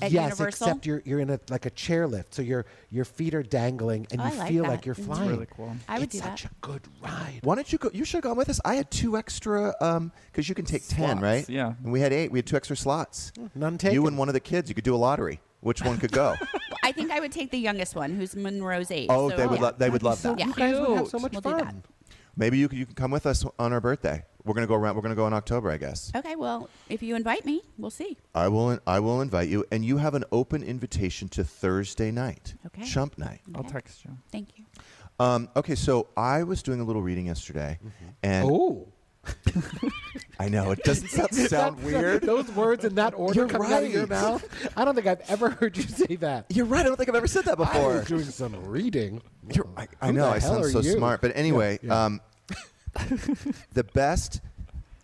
Speaker 5: at
Speaker 4: yes,
Speaker 5: Universal.
Speaker 4: except you're you're in a like a chairlift, so your your feet are dangling, and
Speaker 5: Oh,
Speaker 4: you
Speaker 5: I like
Speaker 4: feel
Speaker 5: that.
Speaker 4: like you're
Speaker 5: It's
Speaker 4: flying.
Speaker 6: really cool.
Speaker 5: I would
Speaker 4: it's
Speaker 5: do
Speaker 4: such
Speaker 5: that.
Speaker 4: a good ride.
Speaker 2: Why don't you go? You should have gone with us. I had two extra um because you can take ten,
Speaker 6: Slots,
Speaker 2: right?
Speaker 6: yeah.
Speaker 2: And we had eight. We had two extra slots.
Speaker 4: none
Speaker 2: You
Speaker 4: taken.
Speaker 2: and one of the kids. You could do a lottery. Which one could *laughs* go?
Speaker 5: I think I would take the youngest one, who's Monroe's age.
Speaker 2: oh,
Speaker 5: so-
Speaker 2: they would.
Speaker 5: yeah.
Speaker 2: lo- they would love that.
Speaker 5: Yeah.
Speaker 4: You guys would have so much
Speaker 5: We'll do that.
Speaker 4: fun.
Speaker 2: Maybe you can, you can come with us on our birthday. We're gonna go around. We're gonna go in October, I guess.
Speaker 5: Okay, well, if you invite me, we'll see.
Speaker 2: I will. I will invite you, and you have an open invitation to Thursday night,
Speaker 5: Okay.
Speaker 2: Chump Night.
Speaker 6: I'll text you.
Speaker 5: Thank you.
Speaker 2: Um, okay, so I was doing a little reading yesterday, and
Speaker 4: Oh.
Speaker 2: I know it *laughs* doesn't sound, sound weird.
Speaker 4: *laughs* Those words in that order
Speaker 2: You're
Speaker 4: coming out of your
Speaker 2: right.
Speaker 4: mouth. I don't think I've ever heard you say
Speaker 2: *laughs*
Speaker 4: that.
Speaker 2: You're right. I don't think I've ever said that
Speaker 4: I
Speaker 2: before.
Speaker 4: was doing some reading.
Speaker 2: You're- I, I
Speaker 4: Who
Speaker 2: know
Speaker 4: the
Speaker 2: I
Speaker 4: hell
Speaker 2: sound
Speaker 4: are
Speaker 2: so
Speaker 4: you?
Speaker 2: smart, but
Speaker 4: Yeah,
Speaker 2: anyway,
Speaker 4: yeah.
Speaker 2: Um, *laughs* the best.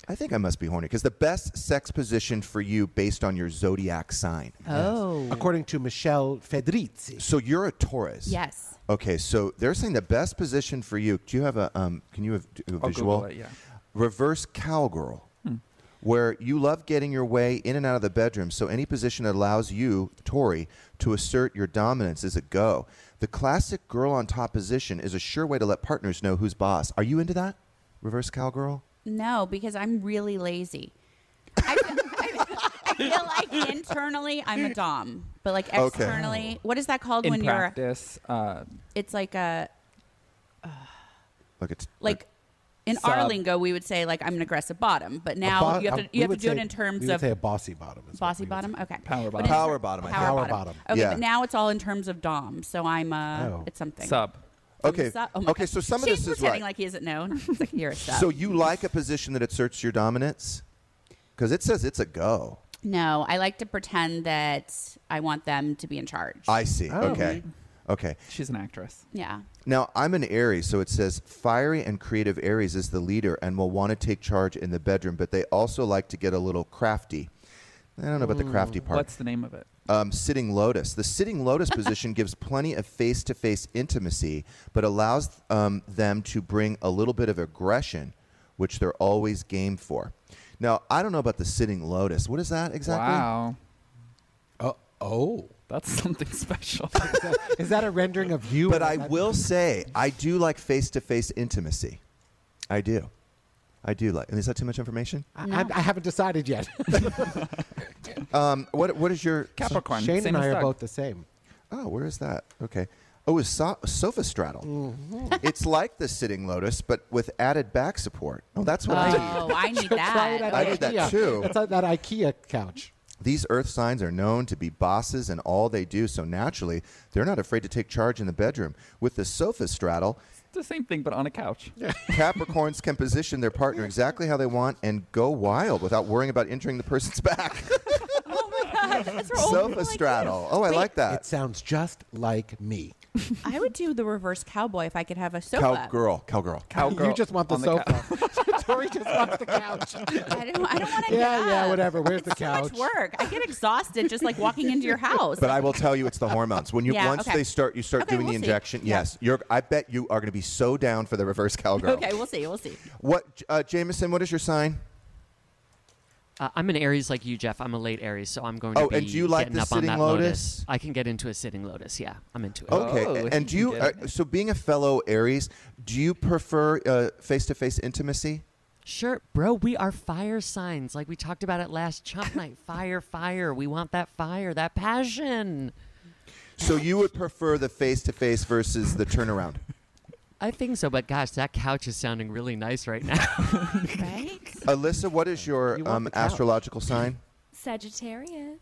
Speaker 2: I think I must be horny because the best sex position for you based on your zodiac sign.
Speaker 5: Oh.
Speaker 4: According to Michelle Fedrizzi.
Speaker 2: So you're a Taurus.
Speaker 5: Yes.
Speaker 2: Okay, so they're saying the best position for you. Do you have a? Um, can you have do a
Speaker 6: I'll
Speaker 2: visual?
Speaker 6: Google it, yeah. Hmm.
Speaker 2: Reverse cowgirl, where you love getting your way in and out of the bedroom. So any position that allows you, Tori, to assert your dominance is a go. The classic girl on top position is a sure way to let partners know who's boss. Are you into that? Reverse cowgirl.
Speaker 5: No, because I'm really lazy. I feel, I, I feel like internally I'm a dom, but like
Speaker 2: Okay.
Speaker 5: externally, what is that called
Speaker 6: In
Speaker 5: when you're?
Speaker 6: practice, uh,
Speaker 5: It's like a
Speaker 2: Like it's
Speaker 5: like in
Speaker 6: Sub.
Speaker 5: our lingo we would say like I'm an aggressive bottom, but now
Speaker 4: A bo-
Speaker 5: you have
Speaker 4: uh,
Speaker 5: to
Speaker 4: we
Speaker 5: you have to
Speaker 4: would
Speaker 5: do it
Speaker 4: say-
Speaker 5: in
Speaker 4: we
Speaker 5: terms
Speaker 4: would
Speaker 5: of
Speaker 4: say a bossy bottom. is what
Speaker 5: bossy
Speaker 4: we would
Speaker 5: bottom. Okay,
Speaker 6: Power
Speaker 5: But
Speaker 6: bottom.
Speaker 5: in-
Speaker 2: Power bottom, I think.
Speaker 5: Power
Speaker 4: Power
Speaker 5: bottom.
Speaker 4: bottom.
Speaker 5: Okay,
Speaker 2: Yeah.
Speaker 5: but now it's all in terms of dom. So I'm uh,
Speaker 4: Oh.
Speaker 5: it's something
Speaker 6: sub.
Speaker 5: I'm a
Speaker 2: Okay.
Speaker 5: sub- oh my
Speaker 2: Okay,
Speaker 5: God.
Speaker 2: so some of
Speaker 5: Shane's
Speaker 2: this is
Speaker 5: pretending
Speaker 2: right.
Speaker 5: like he doesn't *laughs* know. He's like, you're a sub.
Speaker 2: so you like a position that asserts your dominance, because it says it's a go.
Speaker 5: no, I like to pretend that I want them to be in charge.
Speaker 2: I see.
Speaker 6: Oh.
Speaker 2: Okay. Okay.
Speaker 6: She's an actress.
Speaker 5: yeah.
Speaker 2: Now, I'm an Aries, so it says fiery and creative Aries is the leader and will want to take charge in the bedroom, but they also like to get a little crafty. I don't know about the crafty part.
Speaker 6: Hmm, What's the name of it?
Speaker 2: um, sitting lotus. The
Speaker 6: *laughs*
Speaker 2: sitting lotus position gives plenty of face to face intimacy, but allows um, them to bring a little bit of aggression, which they're always game for. Now, I don't know about the sitting lotus. What is that exactly?
Speaker 6: Wow,
Speaker 4: Oh. oh.
Speaker 6: that's *laughs* something special.
Speaker 4: *laughs* Is that a rendering of you?
Speaker 2: *laughs* But
Speaker 4: or
Speaker 2: I
Speaker 4: that-
Speaker 2: will say, I do like face to face intimacy. I do. I do like. And is that too much information?
Speaker 4: I, I- I haven't decided
Speaker 2: *laughs*
Speaker 4: yet.
Speaker 2: Um, what what is your
Speaker 6: Capricorn.
Speaker 4: Shane
Speaker 6: same
Speaker 4: and I
Speaker 6: as
Speaker 4: are
Speaker 6: Doug.
Speaker 4: both the same.
Speaker 2: oh? Where is that? Okay. Oh, it's so- sophistratal. it's like the sitting lotus, but with added back support. Oh, that's what I *laughs* need.
Speaker 5: Oh, I need
Speaker 4: Try it
Speaker 5: that.
Speaker 4: at
Speaker 2: I did that
Speaker 4: IKEA.
Speaker 2: too.
Speaker 4: That's at that IKEA couch.
Speaker 2: These Earth signs are known to be bosses in all they do, so naturally they're not afraid to take charge in the bedroom. With the sophistratal,
Speaker 6: It's the same thing, but on a couch.
Speaker 2: Capricorns can position their partner exactly how they want and go wild without worrying about injuring the person's *laughs* back.
Speaker 5: Oh my
Speaker 2: *laughs*
Speaker 5: god, that's what old people like
Speaker 2: sophistratal. Oh, I
Speaker 5: Wait.
Speaker 2: like
Speaker 4: It
Speaker 2: that.
Speaker 4: sounds just like me.
Speaker 5: do. I would do the reverse cowboy if I could have a sofa.
Speaker 2: Cowgirl, cowgirl.
Speaker 6: Cowgirl.
Speaker 4: you just want the
Speaker 6: on couch.
Speaker 4: sofa. *laughs* Tori just wants the *laughs* couch.
Speaker 5: I don't, I don't
Speaker 2: *laughs*
Speaker 5: want to.
Speaker 4: Yeah, yeah, whatever. Where's the couch?
Speaker 5: Much work. I get exhausted just like walking
Speaker 2: *laughs*
Speaker 5: into your house.
Speaker 2: But I will tell you, it's
Speaker 5: *laughs*
Speaker 2: the hormones. When you
Speaker 5: Yeah,
Speaker 2: once
Speaker 5: okay.
Speaker 2: they start, you start
Speaker 5: Okay,
Speaker 2: doing
Speaker 5: we'll
Speaker 2: the
Speaker 5: see.
Speaker 2: injection.
Speaker 5: Yeah.
Speaker 2: Yes, you're. I bet you are going to be so down for the reverse cowgirl.
Speaker 5: *laughs* okay, we'll see.
Speaker 2: *laughs*
Speaker 5: We'll see.
Speaker 2: What, uh, Jameson? What is your sign?
Speaker 3: Uh, I'm an Aries like you, Jeff. I'm a late Aries, so I'm going
Speaker 2: Oh,
Speaker 3: to be
Speaker 2: and do you like
Speaker 3: getting
Speaker 2: the
Speaker 3: up on
Speaker 2: sitting
Speaker 3: that
Speaker 2: lotus?
Speaker 3: I can get into a sitting lotus. Yeah, I'm into it.
Speaker 2: Okay.
Speaker 6: Oh,
Speaker 2: a-
Speaker 6: he
Speaker 2: and do you?
Speaker 6: did
Speaker 2: Uh,
Speaker 6: it.
Speaker 2: so, being a fellow Aries, do you prefer uh, face-to-face intimacy?
Speaker 3: Sure, bro. We are fire signs, like we talked about it last
Speaker 2: *laughs*
Speaker 3: chump night. Fire, fire. We want that fire, that passion.
Speaker 2: So you would prefer the face-to-face versus the turnaround.
Speaker 3: I think so, but gosh, that couch is sounding really nice right now.
Speaker 5: Right?
Speaker 2: Alyssa, what is your
Speaker 4: You want
Speaker 2: um,
Speaker 4: the couch.
Speaker 2: astrological sign?
Speaker 7: Sagittarius.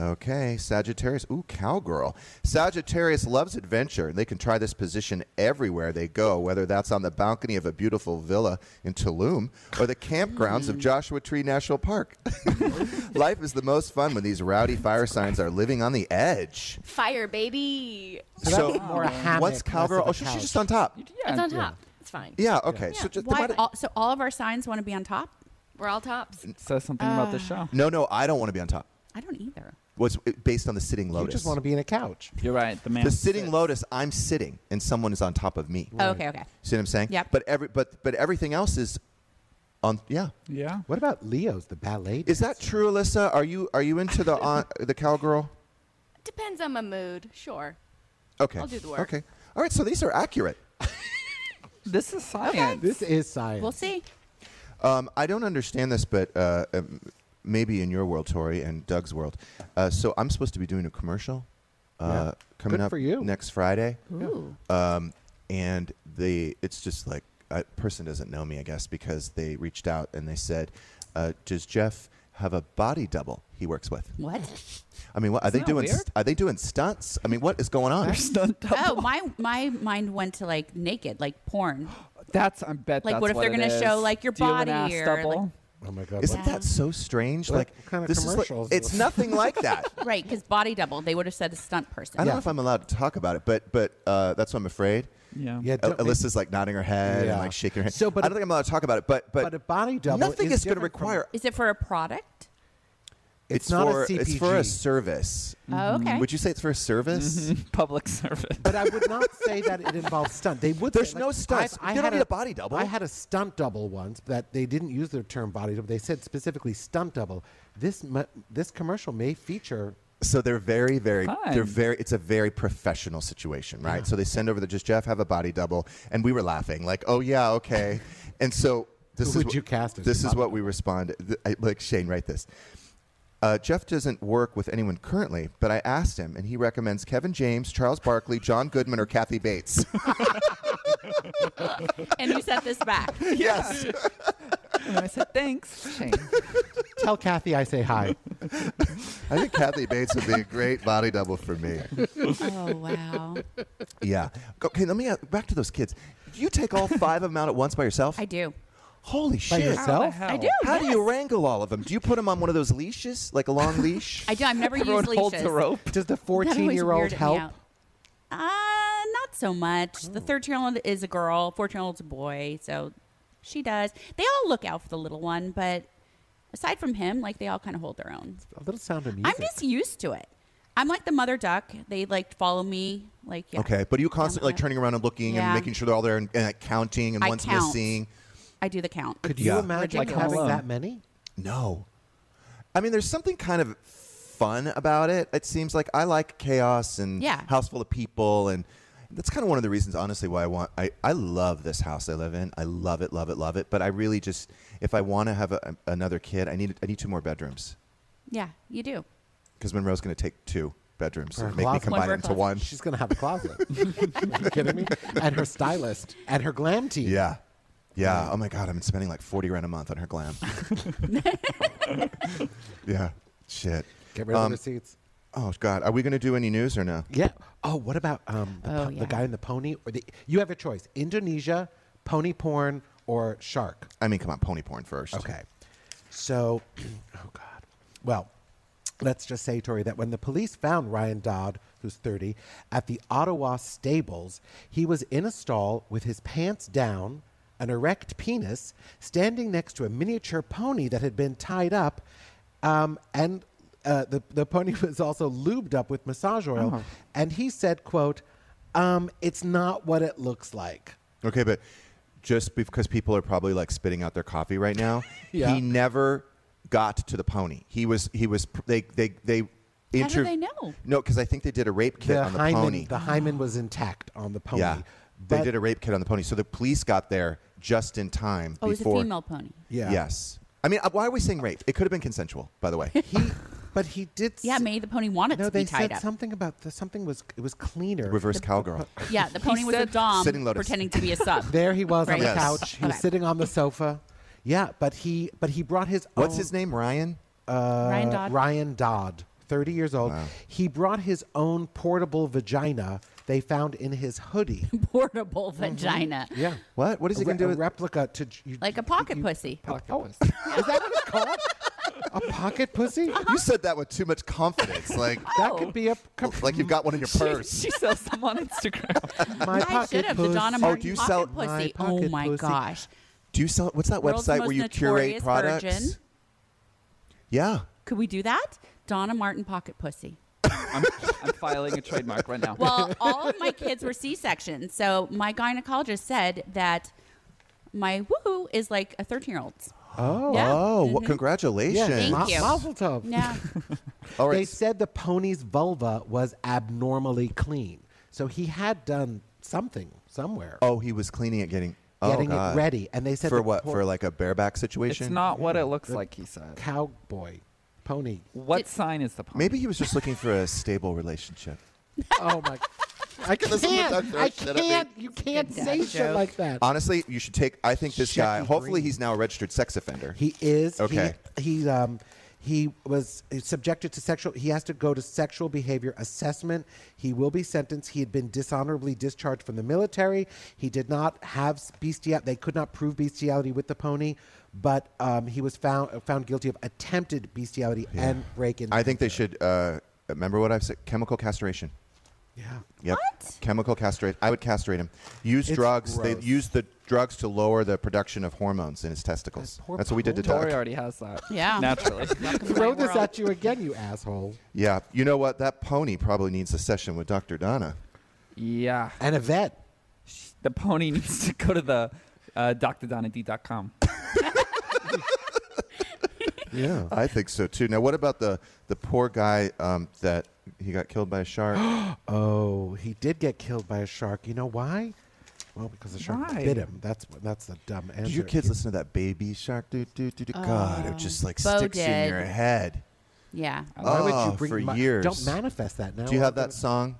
Speaker 2: Okay, Sagittarius. Ooh, cowgirl. Sagittarius loves adventure, and they can try this position everywhere they go, whether that's on the balcony of a beautiful villa in Tulum or the campgrounds
Speaker 4: Hmm.
Speaker 2: of Joshua Tree National Park. *laughs* Life is the most fun when these rowdy fire signs are living on the edge.
Speaker 7: Fire, baby.
Speaker 4: So, that's more a hammock.
Speaker 2: what's cowgirl? Oh,
Speaker 4: less of
Speaker 2: she-
Speaker 4: a
Speaker 2: she's just
Speaker 4: couch.
Speaker 2: on top.
Speaker 6: Yeah.
Speaker 3: *laughs*
Speaker 7: It's on top. It's fine.
Speaker 2: Yeah, okay. So just
Speaker 5: Why?
Speaker 2: the body-
Speaker 5: All, so all of our signs want to be on top?
Speaker 7: We're all tops.
Speaker 6: says something about the
Speaker 5: Ah.
Speaker 6: show.
Speaker 2: No, no, I don't want to be on top.
Speaker 5: I don't either.
Speaker 2: What's based on the sitting
Speaker 4: You
Speaker 2: lotus?
Speaker 4: just want to be in a couch.
Speaker 6: You're right. The man.
Speaker 2: the sitting lotus, I'm sitting and someone is on top of me.
Speaker 5: Oh, okay, okay.
Speaker 2: See what I'm saying?
Speaker 5: Yep.
Speaker 2: But every but but everything else is on yeah.
Speaker 6: Yeah.
Speaker 4: What about Leo's, the ballet?
Speaker 2: Is
Speaker 4: dancer?
Speaker 2: that true, Alyssa? Are you are you into
Speaker 7: *laughs*
Speaker 2: the on, the cowgirl?
Speaker 7: Depends on my mood. Sure.
Speaker 2: Okay.
Speaker 7: I'll do the work.
Speaker 2: Okay. All right, so these are accurate.
Speaker 6: This is science. *laughs*
Speaker 4: This is science.
Speaker 5: We'll see.
Speaker 2: Um, I don't understand this, but uh, um, maybe in your world, Tori, and Doug's world. Uh, so I'm supposed to be doing a commercial uh,
Speaker 4: Yeah.
Speaker 2: coming
Speaker 4: Good
Speaker 2: up
Speaker 4: for you.
Speaker 2: next Friday,
Speaker 5: Ooh.
Speaker 2: um, and the it's just like a person doesn't know me, I guess, because they reached out and they said, uh, "Does Jeff have a body double he works with?"
Speaker 5: What?
Speaker 2: I mean, what are
Speaker 6: Isn't
Speaker 2: they
Speaker 6: that
Speaker 2: doing?
Speaker 6: weird?
Speaker 2: Are they doing stunts? I mean, what is going on?
Speaker 5: *laughs* Oh, my my mind went to like naked, like
Speaker 2: *gasps*
Speaker 5: porn.
Speaker 6: That's I bet.
Speaker 5: Like,
Speaker 6: that's
Speaker 5: what if they're
Speaker 6: it
Speaker 5: gonna
Speaker 6: is.
Speaker 5: show, like, your
Speaker 6: Do you have an
Speaker 5: body
Speaker 6: ass
Speaker 5: or,
Speaker 6: double?
Speaker 5: like-
Speaker 4: Oh my god!
Speaker 2: Isn't
Speaker 4: what-
Speaker 2: that so strange?
Speaker 4: What
Speaker 2: like
Speaker 4: kind of
Speaker 2: this is like,
Speaker 4: commercials
Speaker 2: it's
Speaker 4: is-
Speaker 2: nothing like
Speaker 4: *laughs*
Speaker 2: that.
Speaker 5: Right, because body double, they would have said a stunt person.
Speaker 2: I don't know if I'm allowed to talk about it, but but uh, that's what I'm afraid.
Speaker 6: yeah.
Speaker 4: Yeah,
Speaker 2: Uh,
Speaker 4: don't-
Speaker 2: Alyssa's like nodding her head and
Speaker 4: Yeah.
Speaker 2: like shaking her head.
Speaker 4: So,
Speaker 2: So,
Speaker 4: but
Speaker 2: but I don't
Speaker 4: a-
Speaker 2: think I'm allowed to talk about it. But but,
Speaker 4: but a body double
Speaker 2: nothing
Speaker 4: is
Speaker 2: is, going to
Speaker 4: different from-
Speaker 2: require.
Speaker 5: Is it for a product?
Speaker 4: It's not a
Speaker 2: for it's for a
Speaker 4: CPG.
Speaker 2: service.
Speaker 5: Oh, okay.
Speaker 2: Would you say it's for a service?
Speaker 6: *laughs* Public service.
Speaker 4: But I would not say that it involves stunt. They would.
Speaker 2: There's
Speaker 4: say,
Speaker 2: no stunts.
Speaker 4: I've- I
Speaker 2: You don't
Speaker 4: had
Speaker 2: need a body double.
Speaker 4: I had a stunt double once that they didn't use the term body double. They said specifically stunt double. This mu- this commercial may feature.
Speaker 2: So they're very, very,
Speaker 6: Fun.
Speaker 2: they're very. It's a very professional situation, right? So they send over the just Jeff have a body double, and we were laughing like, oh yeah, okay. And so this
Speaker 4: Who
Speaker 2: is
Speaker 4: would
Speaker 2: wh-
Speaker 4: you cast as
Speaker 2: This
Speaker 4: your
Speaker 2: is what we responded. Th- I- Like Shane, write this. Uh, Jeff doesn't work with anyone currently, but I asked him, and he recommends Kevin James, Charles Barkley, John Goodman, or Kathy Bates.
Speaker 5: And you sent
Speaker 2: *laughs*
Speaker 5: this back.
Speaker 2: yes.
Speaker 6: and I said *laughs* thanks. Shane.
Speaker 4: Tell Kathy I say
Speaker 2: *laughs*
Speaker 4: hi.
Speaker 2: I think Kathy Bates would be a great body double for me.
Speaker 5: oh, wow.
Speaker 2: Yeah. Okay, let me uh, back to those kids. You take all five of them out at once by yourself?
Speaker 5: I do.
Speaker 2: Holy
Speaker 4: By
Speaker 2: shit.
Speaker 4: yourself.
Speaker 6: hell? I
Speaker 5: do.
Speaker 2: How do you wrangle all of them? Do you put them on one of those leashes, like a long leash?
Speaker 5: *laughs* I do. I've never
Speaker 6: Everyone
Speaker 5: used
Speaker 6: holds
Speaker 5: leashes.
Speaker 6: a rope.
Speaker 4: Does the
Speaker 5: That always
Speaker 4: 14 year old
Speaker 5: weirded me
Speaker 4: help?
Speaker 5: out. Uh, not so much. The 13 year old is a girl, 14 year old's a boy, so she does. They all look out for the little one, but aside from him, like they all kind of hold their own.
Speaker 4: A little sound of music.
Speaker 5: I'm just used to it. I'm like the mother duck. They like follow me. Like, yeah.
Speaker 2: Okay, but are you constantly like turning around and looking
Speaker 5: Yeah.
Speaker 2: and making sure they're all there and, and like, counting and
Speaker 5: I
Speaker 2: one's
Speaker 5: count.
Speaker 2: missing?
Speaker 5: I do the count.
Speaker 4: Could you
Speaker 2: Yeah.
Speaker 4: imagine
Speaker 6: Like
Speaker 4: having
Speaker 6: alone.
Speaker 4: that many?
Speaker 2: No. I mean, there's something kind of fun about it. It seems like I like chaos and
Speaker 5: Yeah.
Speaker 2: house full of people and that's kind of one of the reasons honestly why I want I, I love this house I live in. I love it, love it, love it, but I really just if I want to have a, another kid, I need I need two more bedrooms
Speaker 5: Yeah, you do.
Speaker 2: cuz Monroe's going to take two bedrooms
Speaker 4: Or a
Speaker 2: and make me
Speaker 4: closet.
Speaker 2: combine it
Speaker 5: One for a
Speaker 2: into
Speaker 5: closet.
Speaker 2: one.
Speaker 4: She's gonna have
Speaker 2: *laughs*
Speaker 4: a closet. Are you kidding me? And her stylist and her glam team.
Speaker 2: Yeah. Yeah. Oh my God, I'm spending like 40 grand a month on her
Speaker 4: *laughs*
Speaker 2: glam. yeah. Shit.
Speaker 4: Get rid of
Speaker 2: Um,
Speaker 4: the receipts.
Speaker 2: Oh God, are we going to do any news or no?
Speaker 4: Yeah. Oh, what about um, the,
Speaker 5: Oh,
Speaker 4: po-
Speaker 5: yeah.
Speaker 4: the guy in the pony? Or the you have a choice: Indonesia, pony porn, or shark.
Speaker 2: I mean, come on, pony porn first.
Speaker 4: Okay. So, *clears throat* oh God. Well, let's just say, Tori, that when the police found Ryan Dodd, who's 30, at the Ottawa stables, he was in a stall with his pants down, an erect penis, standing next to a miniature pony that had been tied up, um, and uh, the, the pony *laughs* was also lubed up with massage oil.
Speaker 2: Oh.
Speaker 4: And he said, quote, um, it's not what it looks like.
Speaker 2: Okay, but just because people are probably like spitting out their coffee right now,
Speaker 4: *laughs* Yeah.
Speaker 2: he never got to the pony. He was he was pr- they they they.
Speaker 5: How do they know?
Speaker 2: No, because I think they did a rape kit
Speaker 4: the
Speaker 2: on the
Speaker 4: hymen,
Speaker 2: pony.
Speaker 4: The hymen was intact on the pony.
Speaker 2: Yeah, they
Speaker 4: But-
Speaker 2: did a rape kit on the pony. So the police got there just in time.
Speaker 5: Oh, it's a
Speaker 2: before,
Speaker 5: female pony.
Speaker 4: Yeah.
Speaker 2: Yes. I mean, uh, why are we saying rape? It could have been consensual, by the
Speaker 5: *laughs*
Speaker 2: way.
Speaker 4: He, but he did.
Speaker 5: Yeah,
Speaker 4: s-
Speaker 5: maybe the pony wanted
Speaker 4: No,
Speaker 5: to
Speaker 4: they
Speaker 5: be tied
Speaker 4: said
Speaker 5: up.
Speaker 4: something about the something was it was cleaner.
Speaker 2: Reverse cowgirl.
Speaker 5: Yeah, the pony was a
Speaker 6: said-
Speaker 5: dom
Speaker 2: Sitting lotus.
Speaker 5: pretending to be a sub.
Speaker 4: There he was on
Speaker 5: Right.
Speaker 4: the
Speaker 2: Yes.
Speaker 4: couch. He was
Speaker 5: Okay.
Speaker 4: sitting on the sofa. Yeah, but he but he brought his
Speaker 2: What's
Speaker 4: own, uh,
Speaker 2: his name? Ryan.
Speaker 5: Ryan Dodd.
Speaker 4: Ryan Dodd, 30 years old. He brought his own portable vagina they found in his hoodie.
Speaker 5: *laughs* Portable vagina.
Speaker 4: Yeah.
Speaker 2: What? What is
Speaker 4: a
Speaker 2: he
Speaker 4: re-
Speaker 2: going to do?
Speaker 4: a
Speaker 2: With- Oh.
Speaker 4: replica to j- you,
Speaker 5: Like a pocket pussy.
Speaker 4: Is
Speaker 5: *laughs*
Speaker 4: that what it's called? a pocket pussy?
Speaker 2: You said that with too much
Speaker 5: *laughs*
Speaker 2: confidence, like
Speaker 4: That
Speaker 5: Oh.
Speaker 4: could be a *laughs* com-
Speaker 2: like you've got one in your purse.
Speaker 6: she sells them on
Speaker 5: *laughs*
Speaker 6: Instagram.
Speaker 2: *laughs*
Speaker 4: my
Speaker 5: I should
Speaker 4: pocket
Speaker 5: have the
Speaker 4: pussy.
Speaker 5: Donna
Speaker 2: Oh,
Speaker 5: Martin
Speaker 2: do you
Speaker 5: pocket
Speaker 2: sell-
Speaker 5: pussy.
Speaker 4: My
Speaker 5: oh
Speaker 4: pocket
Speaker 5: my
Speaker 4: pussy.
Speaker 5: gosh.
Speaker 2: Do you sell? What's that
Speaker 5: World's
Speaker 2: website
Speaker 5: most
Speaker 2: where you
Speaker 5: notorious
Speaker 2: curate products?
Speaker 5: virgin.
Speaker 2: Yeah.
Speaker 5: Could we do that? Donna Martin pocket pussy.
Speaker 6: I'm, I'm filing a trademark right now.
Speaker 5: *laughs* Well, all of my kids were C sections, so my gynecologist said that my woohoo is like a thirteen year old's.
Speaker 4: Oh.
Speaker 5: Yeah. Mm-hmm.
Speaker 2: Oh, well, congratulations!
Speaker 4: Yeah,
Speaker 5: Thank
Speaker 4: ma-
Speaker 5: you.
Speaker 4: Mazel tov.
Speaker 5: Yeah.
Speaker 2: All
Speaker 4: They
Speaker 2: right.
Speaker 4: said the pony's vulva was abnormally clean. So he had done something somewhere.
Speaker 2: oh, he was cleaning it, getting oh,
Speaker 4: Getting it
Speaker 2: God.
Speaker 4: ready, and they said
Speaker 2: for
Speaker 4: the
Speaker 2: what?
Speaker 4: por-
Speaker 2: For like a bareback situation?
Speaker 6: it's not what it looks like. He said.
Speaker 4: Cowboy. Pony.
Speaker 6: What sign is the pony?
Speaker 5: *laughs*
Speaker 2: Maybe he was just looking for a stable relationship.
Speaker 4: Oh my I
Speaker 2: Listen to that
Speaker 4: can't.
Speaker 2: shit
Speaker 4: I
Speaker 2: at me.
Speaker 4: can't. You can't
Speaker 5: dad
Speaker 4: say shit
Speaker 5: joke.
Speaker 4: like that.
Speaker 2: Honestly, you should take. I think this guy.
Speaker 4: Shecky
Speaker 2: Hopefully,
Speaker 4: Green.
Speaker 2: he's now a registered sex offender.
Speaker 4: He is.
Speaker 2: Okay.
Speaker 4: He, he um he was subjected to sexual he has to go to sexual behavior assessment he will be sentenced he had been dishonorably discharged from the military he did not have bestiality they could not prove bestiality with the pony but um, he was found found guilty of attempted bestiality and break-in
Speaker 2: I think they should. Uh, remember what I've said? Chemical castration.
Speaker 4: yeah
Speaker 2: Yep. What? Chemical castrate. I would castrate him. Use
Speaker 4: It's
Speaker 2: drugs. They
Speaker 4: gross.
Speaker 2: use the drugs to lower the production of hormones in his testicles.
Speaker 4: That poor
Speaker 2: That's what we did to
Speaker 6: Tori
Speaker 2: Doug.
Speaker 6: already has that.
Speaker 5: Yeah.
Speaker 6: *laughs* Naturally.
Speaker 4: throw this at you again you asshole
Speaker 2: Yeah. You know what? That pony probably needs a session with Dr. Donna.
Speaker 6: yeah.
Speaker 4: and a vet
Speaker 6: The pony needs to go to the uh, drdonald.com.
Speaker 2: Yeah. I think so too. Now, what about the the poor guy um, that he got killed by a
Speaker 4: *gasps*
Speaker 2: shark?
Speaker 4: oh he did get killed by a shark you know why well because the shark
Speaker 6: Why?
Speaker 4: bit him that's that's the dumb answer
Speaker 2: Did your kids listen to that baby shark? Do, do, do, do. God, it just like
Speaker 5: Bo
Speaker 2: sticks in
Speaker 5: did.
Speaker 2: your head.
Speaker 5: *laughs*
Speaker 4: *laughs*
Speaker 5: Yeah.
Speaker 4: Oh, Why would
Speaker 2: Oh,
Speaker 4: you bring
Speaker 2: for
Speaker 4: my-
Speaker 2: years.
Speaker 4: Don't manifest that now.
Speaker 2: Do you have
Speaker 4: Wasn't
Speaker 2: that song,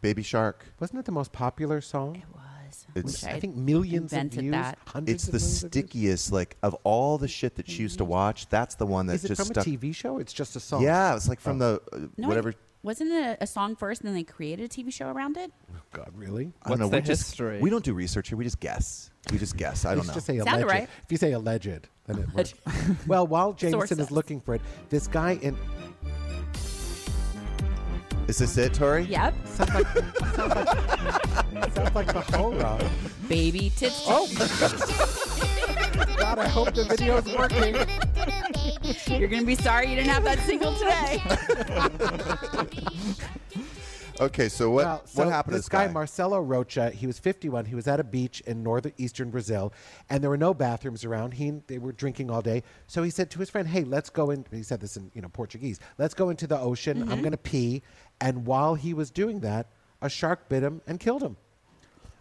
Speaker 2: Baby Shark?
Speaker 4: it- Wasn't it the most popular song?
Speaker 5: It was.
Speaker 2: It's-
Speaker 5: Wish
Speaker 4: I
Speaker 5: I'd
Speaker 4: think millions of
Speaker 5: invented
Speaker 4: views.
Speaker 5: that.
Speaker 4: Hundreds
Speaker 2: It's
Speaker 4: of
Speaker 2: the
Speaker 4: millions of views.
Speaker 2: stickiest, like of all the shit that she used to watch. That's the one that
Speaker 4: Mm-hmm. Is it
Speaker 2: just
Speaker 4: from
Speaker 2: stuck.
Speaker 4: a TV show? It's just a song. Oh.
Speaker 2: Yeah, it's like from the uh,
Speaker 5: No, I-
Speaker 2: whatever.
Speaker 5: Wasn't it a, a song first, and then they created a TV show around it?
Speaker 4: Oh, God, really?
Speaker 2: I don't know.
Speaker 6: What's the
Speaker 2: we just
Speaker 6: history?
Speaker 2: we don't do research here. We just guess. We just guess. I
Speaker 4: You
Speaker 2: don't
Speaker 4: should
Speaker 2: know.
Speaker 4: Just say
Speaker 5: Sounded
Speaker 4: alleged.
Speaker 5: right.
Speaker 4: If you say alleged, then it
Speaker 5: *laughs*
Speaker 4: works. well, while Jameson is
Speaker 5: Sources.
Speaker 4: looking for it, this guy in
Speaker 2: Is this it, Tori?
Speaker 5: Yep.
Speaker 4: sounds *laughs* like sounds like, sounds like the horror.
Speaker 5: Baby tits.
Speaker 4: Oh, God! I hope the video's working.
Speaker 5: You're gonna be sorry you didn't have that single today.
Speaker 2: Okay. So what
Speaker 4: Well, so
Speaker 2: what happened
Speaker 4: this
Speaker 2: to this guy?
Speaker 4: Marcelo Rocha, he was 51. He was at a beach in northeastern Brazil, and there were no bathrooms around. He and they were drinking all day. So he said to his friend, "Hey, let's go in." He said this in you know Portuguese. Let's go into the ocean. I'm going to pee. And while he was doing that, a shark bit him and killed him.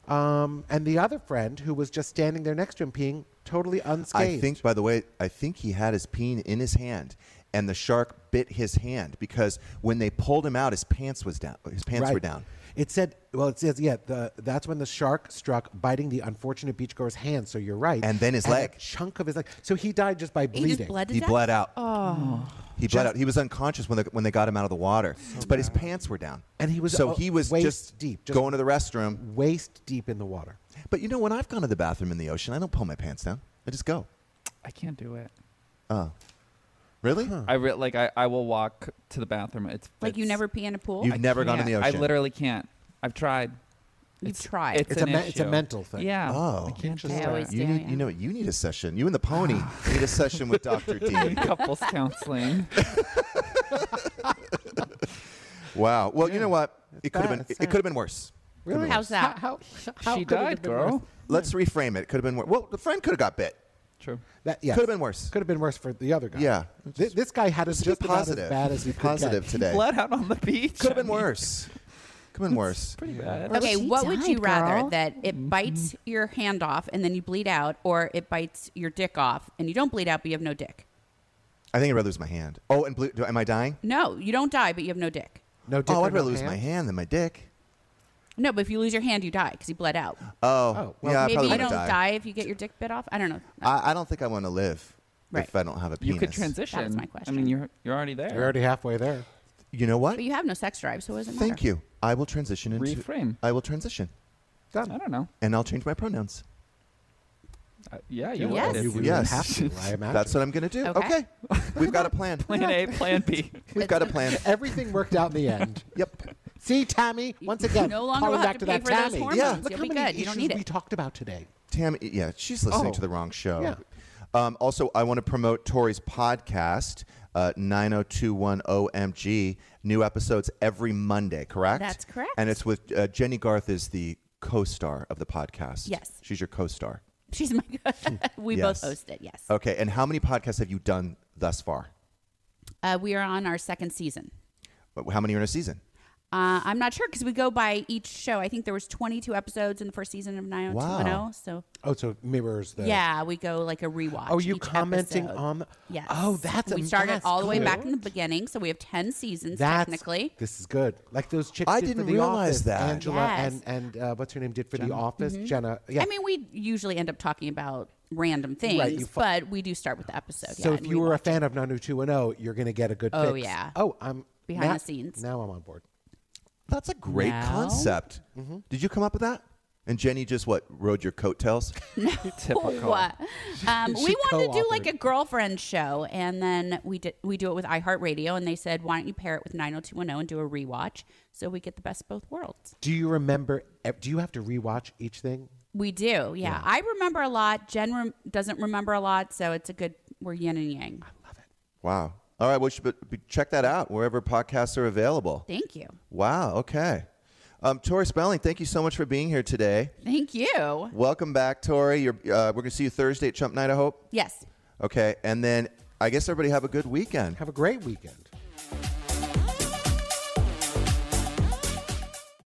Speaker 4: Um, and the other friend, who was just standing there next to him peeing, totally unscathed.
Speaker 2: I think, by the way, I think he had his peen in his hand, and the shark bit his hand because when they pulled him out, his pants was down. His pants were down.
Speaker 4: It said, well, it says, yeah, the, that's when the shark struck, biting the unfortunate beachgoer's hand. So you're right.
Speaker 2: And then his
Speaker 4: a
Speaker 2: leg.
Speaker 4: chunk of his leg. So he died just by
Speaker 5: He
Speaker 4: bleeding.
Speaker 5: just bled to
Speaker 2: He
Speaker 5: death?
Speaker 2: bled out. Oh. He bled out. He was unconscious when they, when they got him out of the water, but his pants were down.
Speaker 4: And he was,
Speaker 2: so
Speaker 4: uh,
Speaker 2: he was
Speaker 4: waist
Speaker 2: just
Speaker 4: deep, just-
Speaker 2: going to the restroom.
Speaker 4: Waist deep in the water.
Speaker 2: But you know, when I've gone to the bathroom in the ocean, I don't pull my pants down. I just go.
Speaker 6: I can't do it.
Speaker 2: Really?
Speaker 6: I re- like I, I will walk to the bathroom. It's
Speaker 5: Like you
Speaker 6: it's-
Speaker 5: never pee in a pool.
Speaker 2: You've
Speaker 6: I
Speaker 2: never gone in
Speaker 6: can't.
Speaker 2: the ocean.
Speaker 6: I literally can't. I've tried.
Speaker 5: You've
Speaker 6: It's-
Speaker 5: tried.
Speaker 6: It's,
Speaker 4: It's a
Speaker 6: an
Speaker 4: me- it's a
Speaker 6: issue.
Speaker 4: mental thing.
Speaker 6: Yeah.
Speaker 2: Oh.
Speaker 6: I can't just
Speaker 5: I
Speaker 6: do
Speaker 5: always
Speaker 6: it.
Speaker 2: You
Speaker 5: Yeah,
Speaker 2: need,
Speaker 5: yeah.
Speaker 2: you know, what? you need a session. You and the
Speaker 4: *sighs*
Speaker 2: pony need a session with Doctor
Speaker 4: *laughs*
Speaker 6: *laughs*
Speaker 2: D.
Speaker 6: couples counseling.
Speaker 2: Wow. Well, you know what? It could have
Speaker 4: bad.
Speaker 2: been.
Speaker 4: It's
Speaker 2: It
Speaker 4: sad.
Speaker 2: could have been worse.
Speaker 4: Really?
Speaker 5: How's that?
Speaker 4: How, how, how
Speaker 6: she
Speaker 4: could it have
Speaker 6: died,
Speaker 4: been
Speaker 6: girl.
Speaker 4: worse?
Speaker 2: Let's reframe it. Could have been worse. Well, the friend could have got bit.
Speaker 6: True.
Speaker 4: That, yes.
Speaker 2: Could have been worse.
Speaker 4: Could have been worse for the other guy.
Speaker 2: Yeah.
Speaker 4: Thi- This, guy had us
Speaker 2: Let's be
Speaker 4: just about as
Speaker 2: positive.
Speaker 4: bad as he could
Speaker 2: positive
Speaker 4: get.
Speaker 2: today.
Speaker 6: Blood out on the beach.
Speaker 2: Could have
Speaker 6: I
Speaker 2: been
Speaker 6: mean,
Speaker 2: worse. Could have been worse.
Speaker 6: Pretty bad.
Speaker 5: Okay,
Speaker 7: She
Speaker 5: what would you
Speaker 7: died,
Speaker 5: rather
Speaker 7: girl.
Speaker 5: that it bites your hand off and then you bleed out, or it bites your dick off and you don't bleed out but you have no dick?
Speaker 2: I think I'd rather lose my hand. Oh, and blue, do, am I dying?
Speaker 5: No, you don't die but you have no dick.
Speaker 4: No dick
Speaker 2: Oh,
Speaker 4: or
Speaker 2: I'd
Speaker 4: no
Speaker 2: rather lose
Speaker 4: hand?
Speaker 2: my hand than my dick.
Speaker 5: No, but if you lose your hand, you die because you bled out.
Speaker 2: Oh,
Speaker 4: Oh, well,
Speaker 2: yeah, I
Speaker 5: Maybe
Speaker 2: probably
Speaker 5: you
Speaker 2: would
Speaker 5: don't die.
Speaker 2: die.
Speaker 5: if you get your dick bit off. I don't know.
Speaker 2: I, I don't think I want to live
Speaker 5: Right.
Speaker 2: if I don't have a
Speaker 6: You
Speaker 2: penis.
Speaker 6: could transition.
Speaker 5: my
Speaker 6: I mean,
Speaker 5: question.
Speaker 6: you're you're already there.
Speaker 4: You're already halfway there.
Speaker 2: You know what?
Speaker 5: But you have no sex drive, so it doesn't matter.
Speaker 2: Thank you. I will transition into.
Speaker 6: Reframe.
Speaker 2: I will transition,
Speaker 6: I don't know.
Speaker 2: and I'll change my pronouns.
Speaker 6: Uh, yeah, you
Speaker 5: Yes.
Speaker 6: would.
Speaker 4: You would
Speaker 2: Yes.
Speaker 4: have to,
Speaker 2: *laughs*
Speaker 4: I imagine.
Speaker 2: That's what I'm gonna do.
Speaker 5: Okay. *laughs*
Speaker 2: We've got a plan.
Speaker 6: Plan A, Plan B.
Speaker 2: We've got a plan.
Speaker 4: Everything worked out in the end.
Speaker 2: Yep.
Speaker 4: See, Tammy, once
Speaker 5: You
Speaker 4: again,
Speaker 5: no longer
Speaker 4: calling
Speaker 5: will
Speaker 4: back
Speaker 5: have
Speaker 4: to,
Speaker 5: to
Speaker 4: that
Speaker 5: pay for those
Speaker 4: Tammy.
Speaker 5: hormones.
Speaker 2: Yeah.
Speaker 5: You'll
Speaker 4: Look how
Speaker 5: be
Speaker 4: many
Speaker 5: good.
Speaker 4: issues
Speaker 5: You don't need
Speaker 4: we
Speaker 5: it.
Speaker 4: talked about today.
Speaker 2: Tam, yeah, she's listening
Speaker 4: Oh.
Speaker 2: to the wrong show.
Speaker 4: Yeah.
Speaker 2: Um, also, I want to promote Tori's podcast, uh, 90210MG. New episodes every Monday, correct?
Speaker 5: That's correct.
Speaker 2: And it's with uh, Jenny Garth is the co-star of the podcast.
Speaker 5: Yes.
Speaker 2: she's your co-star.
Speaker 5: *laughs* She's my. *laughs* we
Speaker 2: Yes.
Speaker 5: both host it. Yes.
Speaker 2: Okay. And how many podcasts have you done thus far?
Speaker 5: Uh, we are on our second season.
Speaker 2: Wh- How many are in a season?
Speaker 5: Uh, I'm not sure because we go by each show. I think there was 22 episodes in the first season of 90210.
Speaker 2: Wow.
Speaker 5: So
Speaker 4: Oh, so it mirrors the.
Speaker 5: yeah, we go like a rewatch.
Speaker 4: Oh, you
Speaker 5: each
Speaker 4: commenting
Speaker 5: episode.
Speaker 4: on? The,
Speaker 5: Yes.
Speaker 4: Oh, that's
Speaker 5: we
Speaker 4: am-
Speaker 5: started
Speaker 4: that's
Speaker 5: all the way back in
Speaker 4: cute.
Speaker 5: the beginning, so we have 10 seasons
Speaker 4: That's,
Speaker 5: technically.
Speaker 4: This is good. Like those chicks.
Speaker 2: I
Speaker 4: did for
Speaker 2: didn't
Speaker 4: The
Speaker 2: realize
Speaker 4: Office,
Speaker 2: that.
Speaker 4: Angela
Speaker 5: Yes. Mm-hmm.
Speaker 4: and and uh, what's her name did for The Office. Jenna. Yeah.
Speaker 5: I mean, we usually end up talking about random things,
Speaker 4: you fo-
Speaker 5: but we do start with the episode.
Speaker 4: so
Speaker 5: yeah,
Speaker 4: if
Speaker 5: and
Speaker 4: you
Speaker 5: we
Speaker 4: were a
Speaker 5: watch it.
Speaker 4: fan of Nanu Two and O, you're gonna get a good.
Speaker 5: Oh,
Speaker 4: fix.
Speaker 5: yeah.
Speaker 4: Oh, I'm
Speaker 5: Behind
Speaker 4: now-
Speaker 5: the scenes.
Speaker 4: Now I'm on board.
Speaker 2: That's a great
Speaker 5: Now-
Speaker 2: concept.
Speaker 4: Mm-hmm.
Speaker 2: Did you come up with that? And Jenny just what rode your
Speaker 5: *laughs*
Speaker 2: coattails?
Speaker 6: Typical.
Speaker 5: What?
Speaker 4: *laughs*
Speaker 5: Um, we wanted to do like
Speaker 4: co-authored.
Speaker 5: a girlfriend show, and then we did we do it with iHeartRadio, and they said, "Why don't you pair it with 90210 and do a rewatch?" So we get the best of both worlds.
Speaker 4: Do you remember? ev- Do you have to rewatch each thing?
Speaker 5: We do, yeah. I remember a lot. Jen rem- doesn't remember a lot, so it's a good. We're yin and yang.
Speaker 2: wow. All right, well, you should be- be- check that out wherever podcasts are available.
Speaker 5: Thank you,
Speaker 2: Wow. Okay. Um, Tori Spelling, thank you so much for being here today.
Speaker 5: thank you.
Speaker 2: Welcome back, Tori. You're, uh, we're going to see you Thursday at Chump Night, I hope.
Speaker 5: Yes.
Speaker 2: Okay. And then I guess everybody have a good weekend.
Speaker 4: Have a great weekend.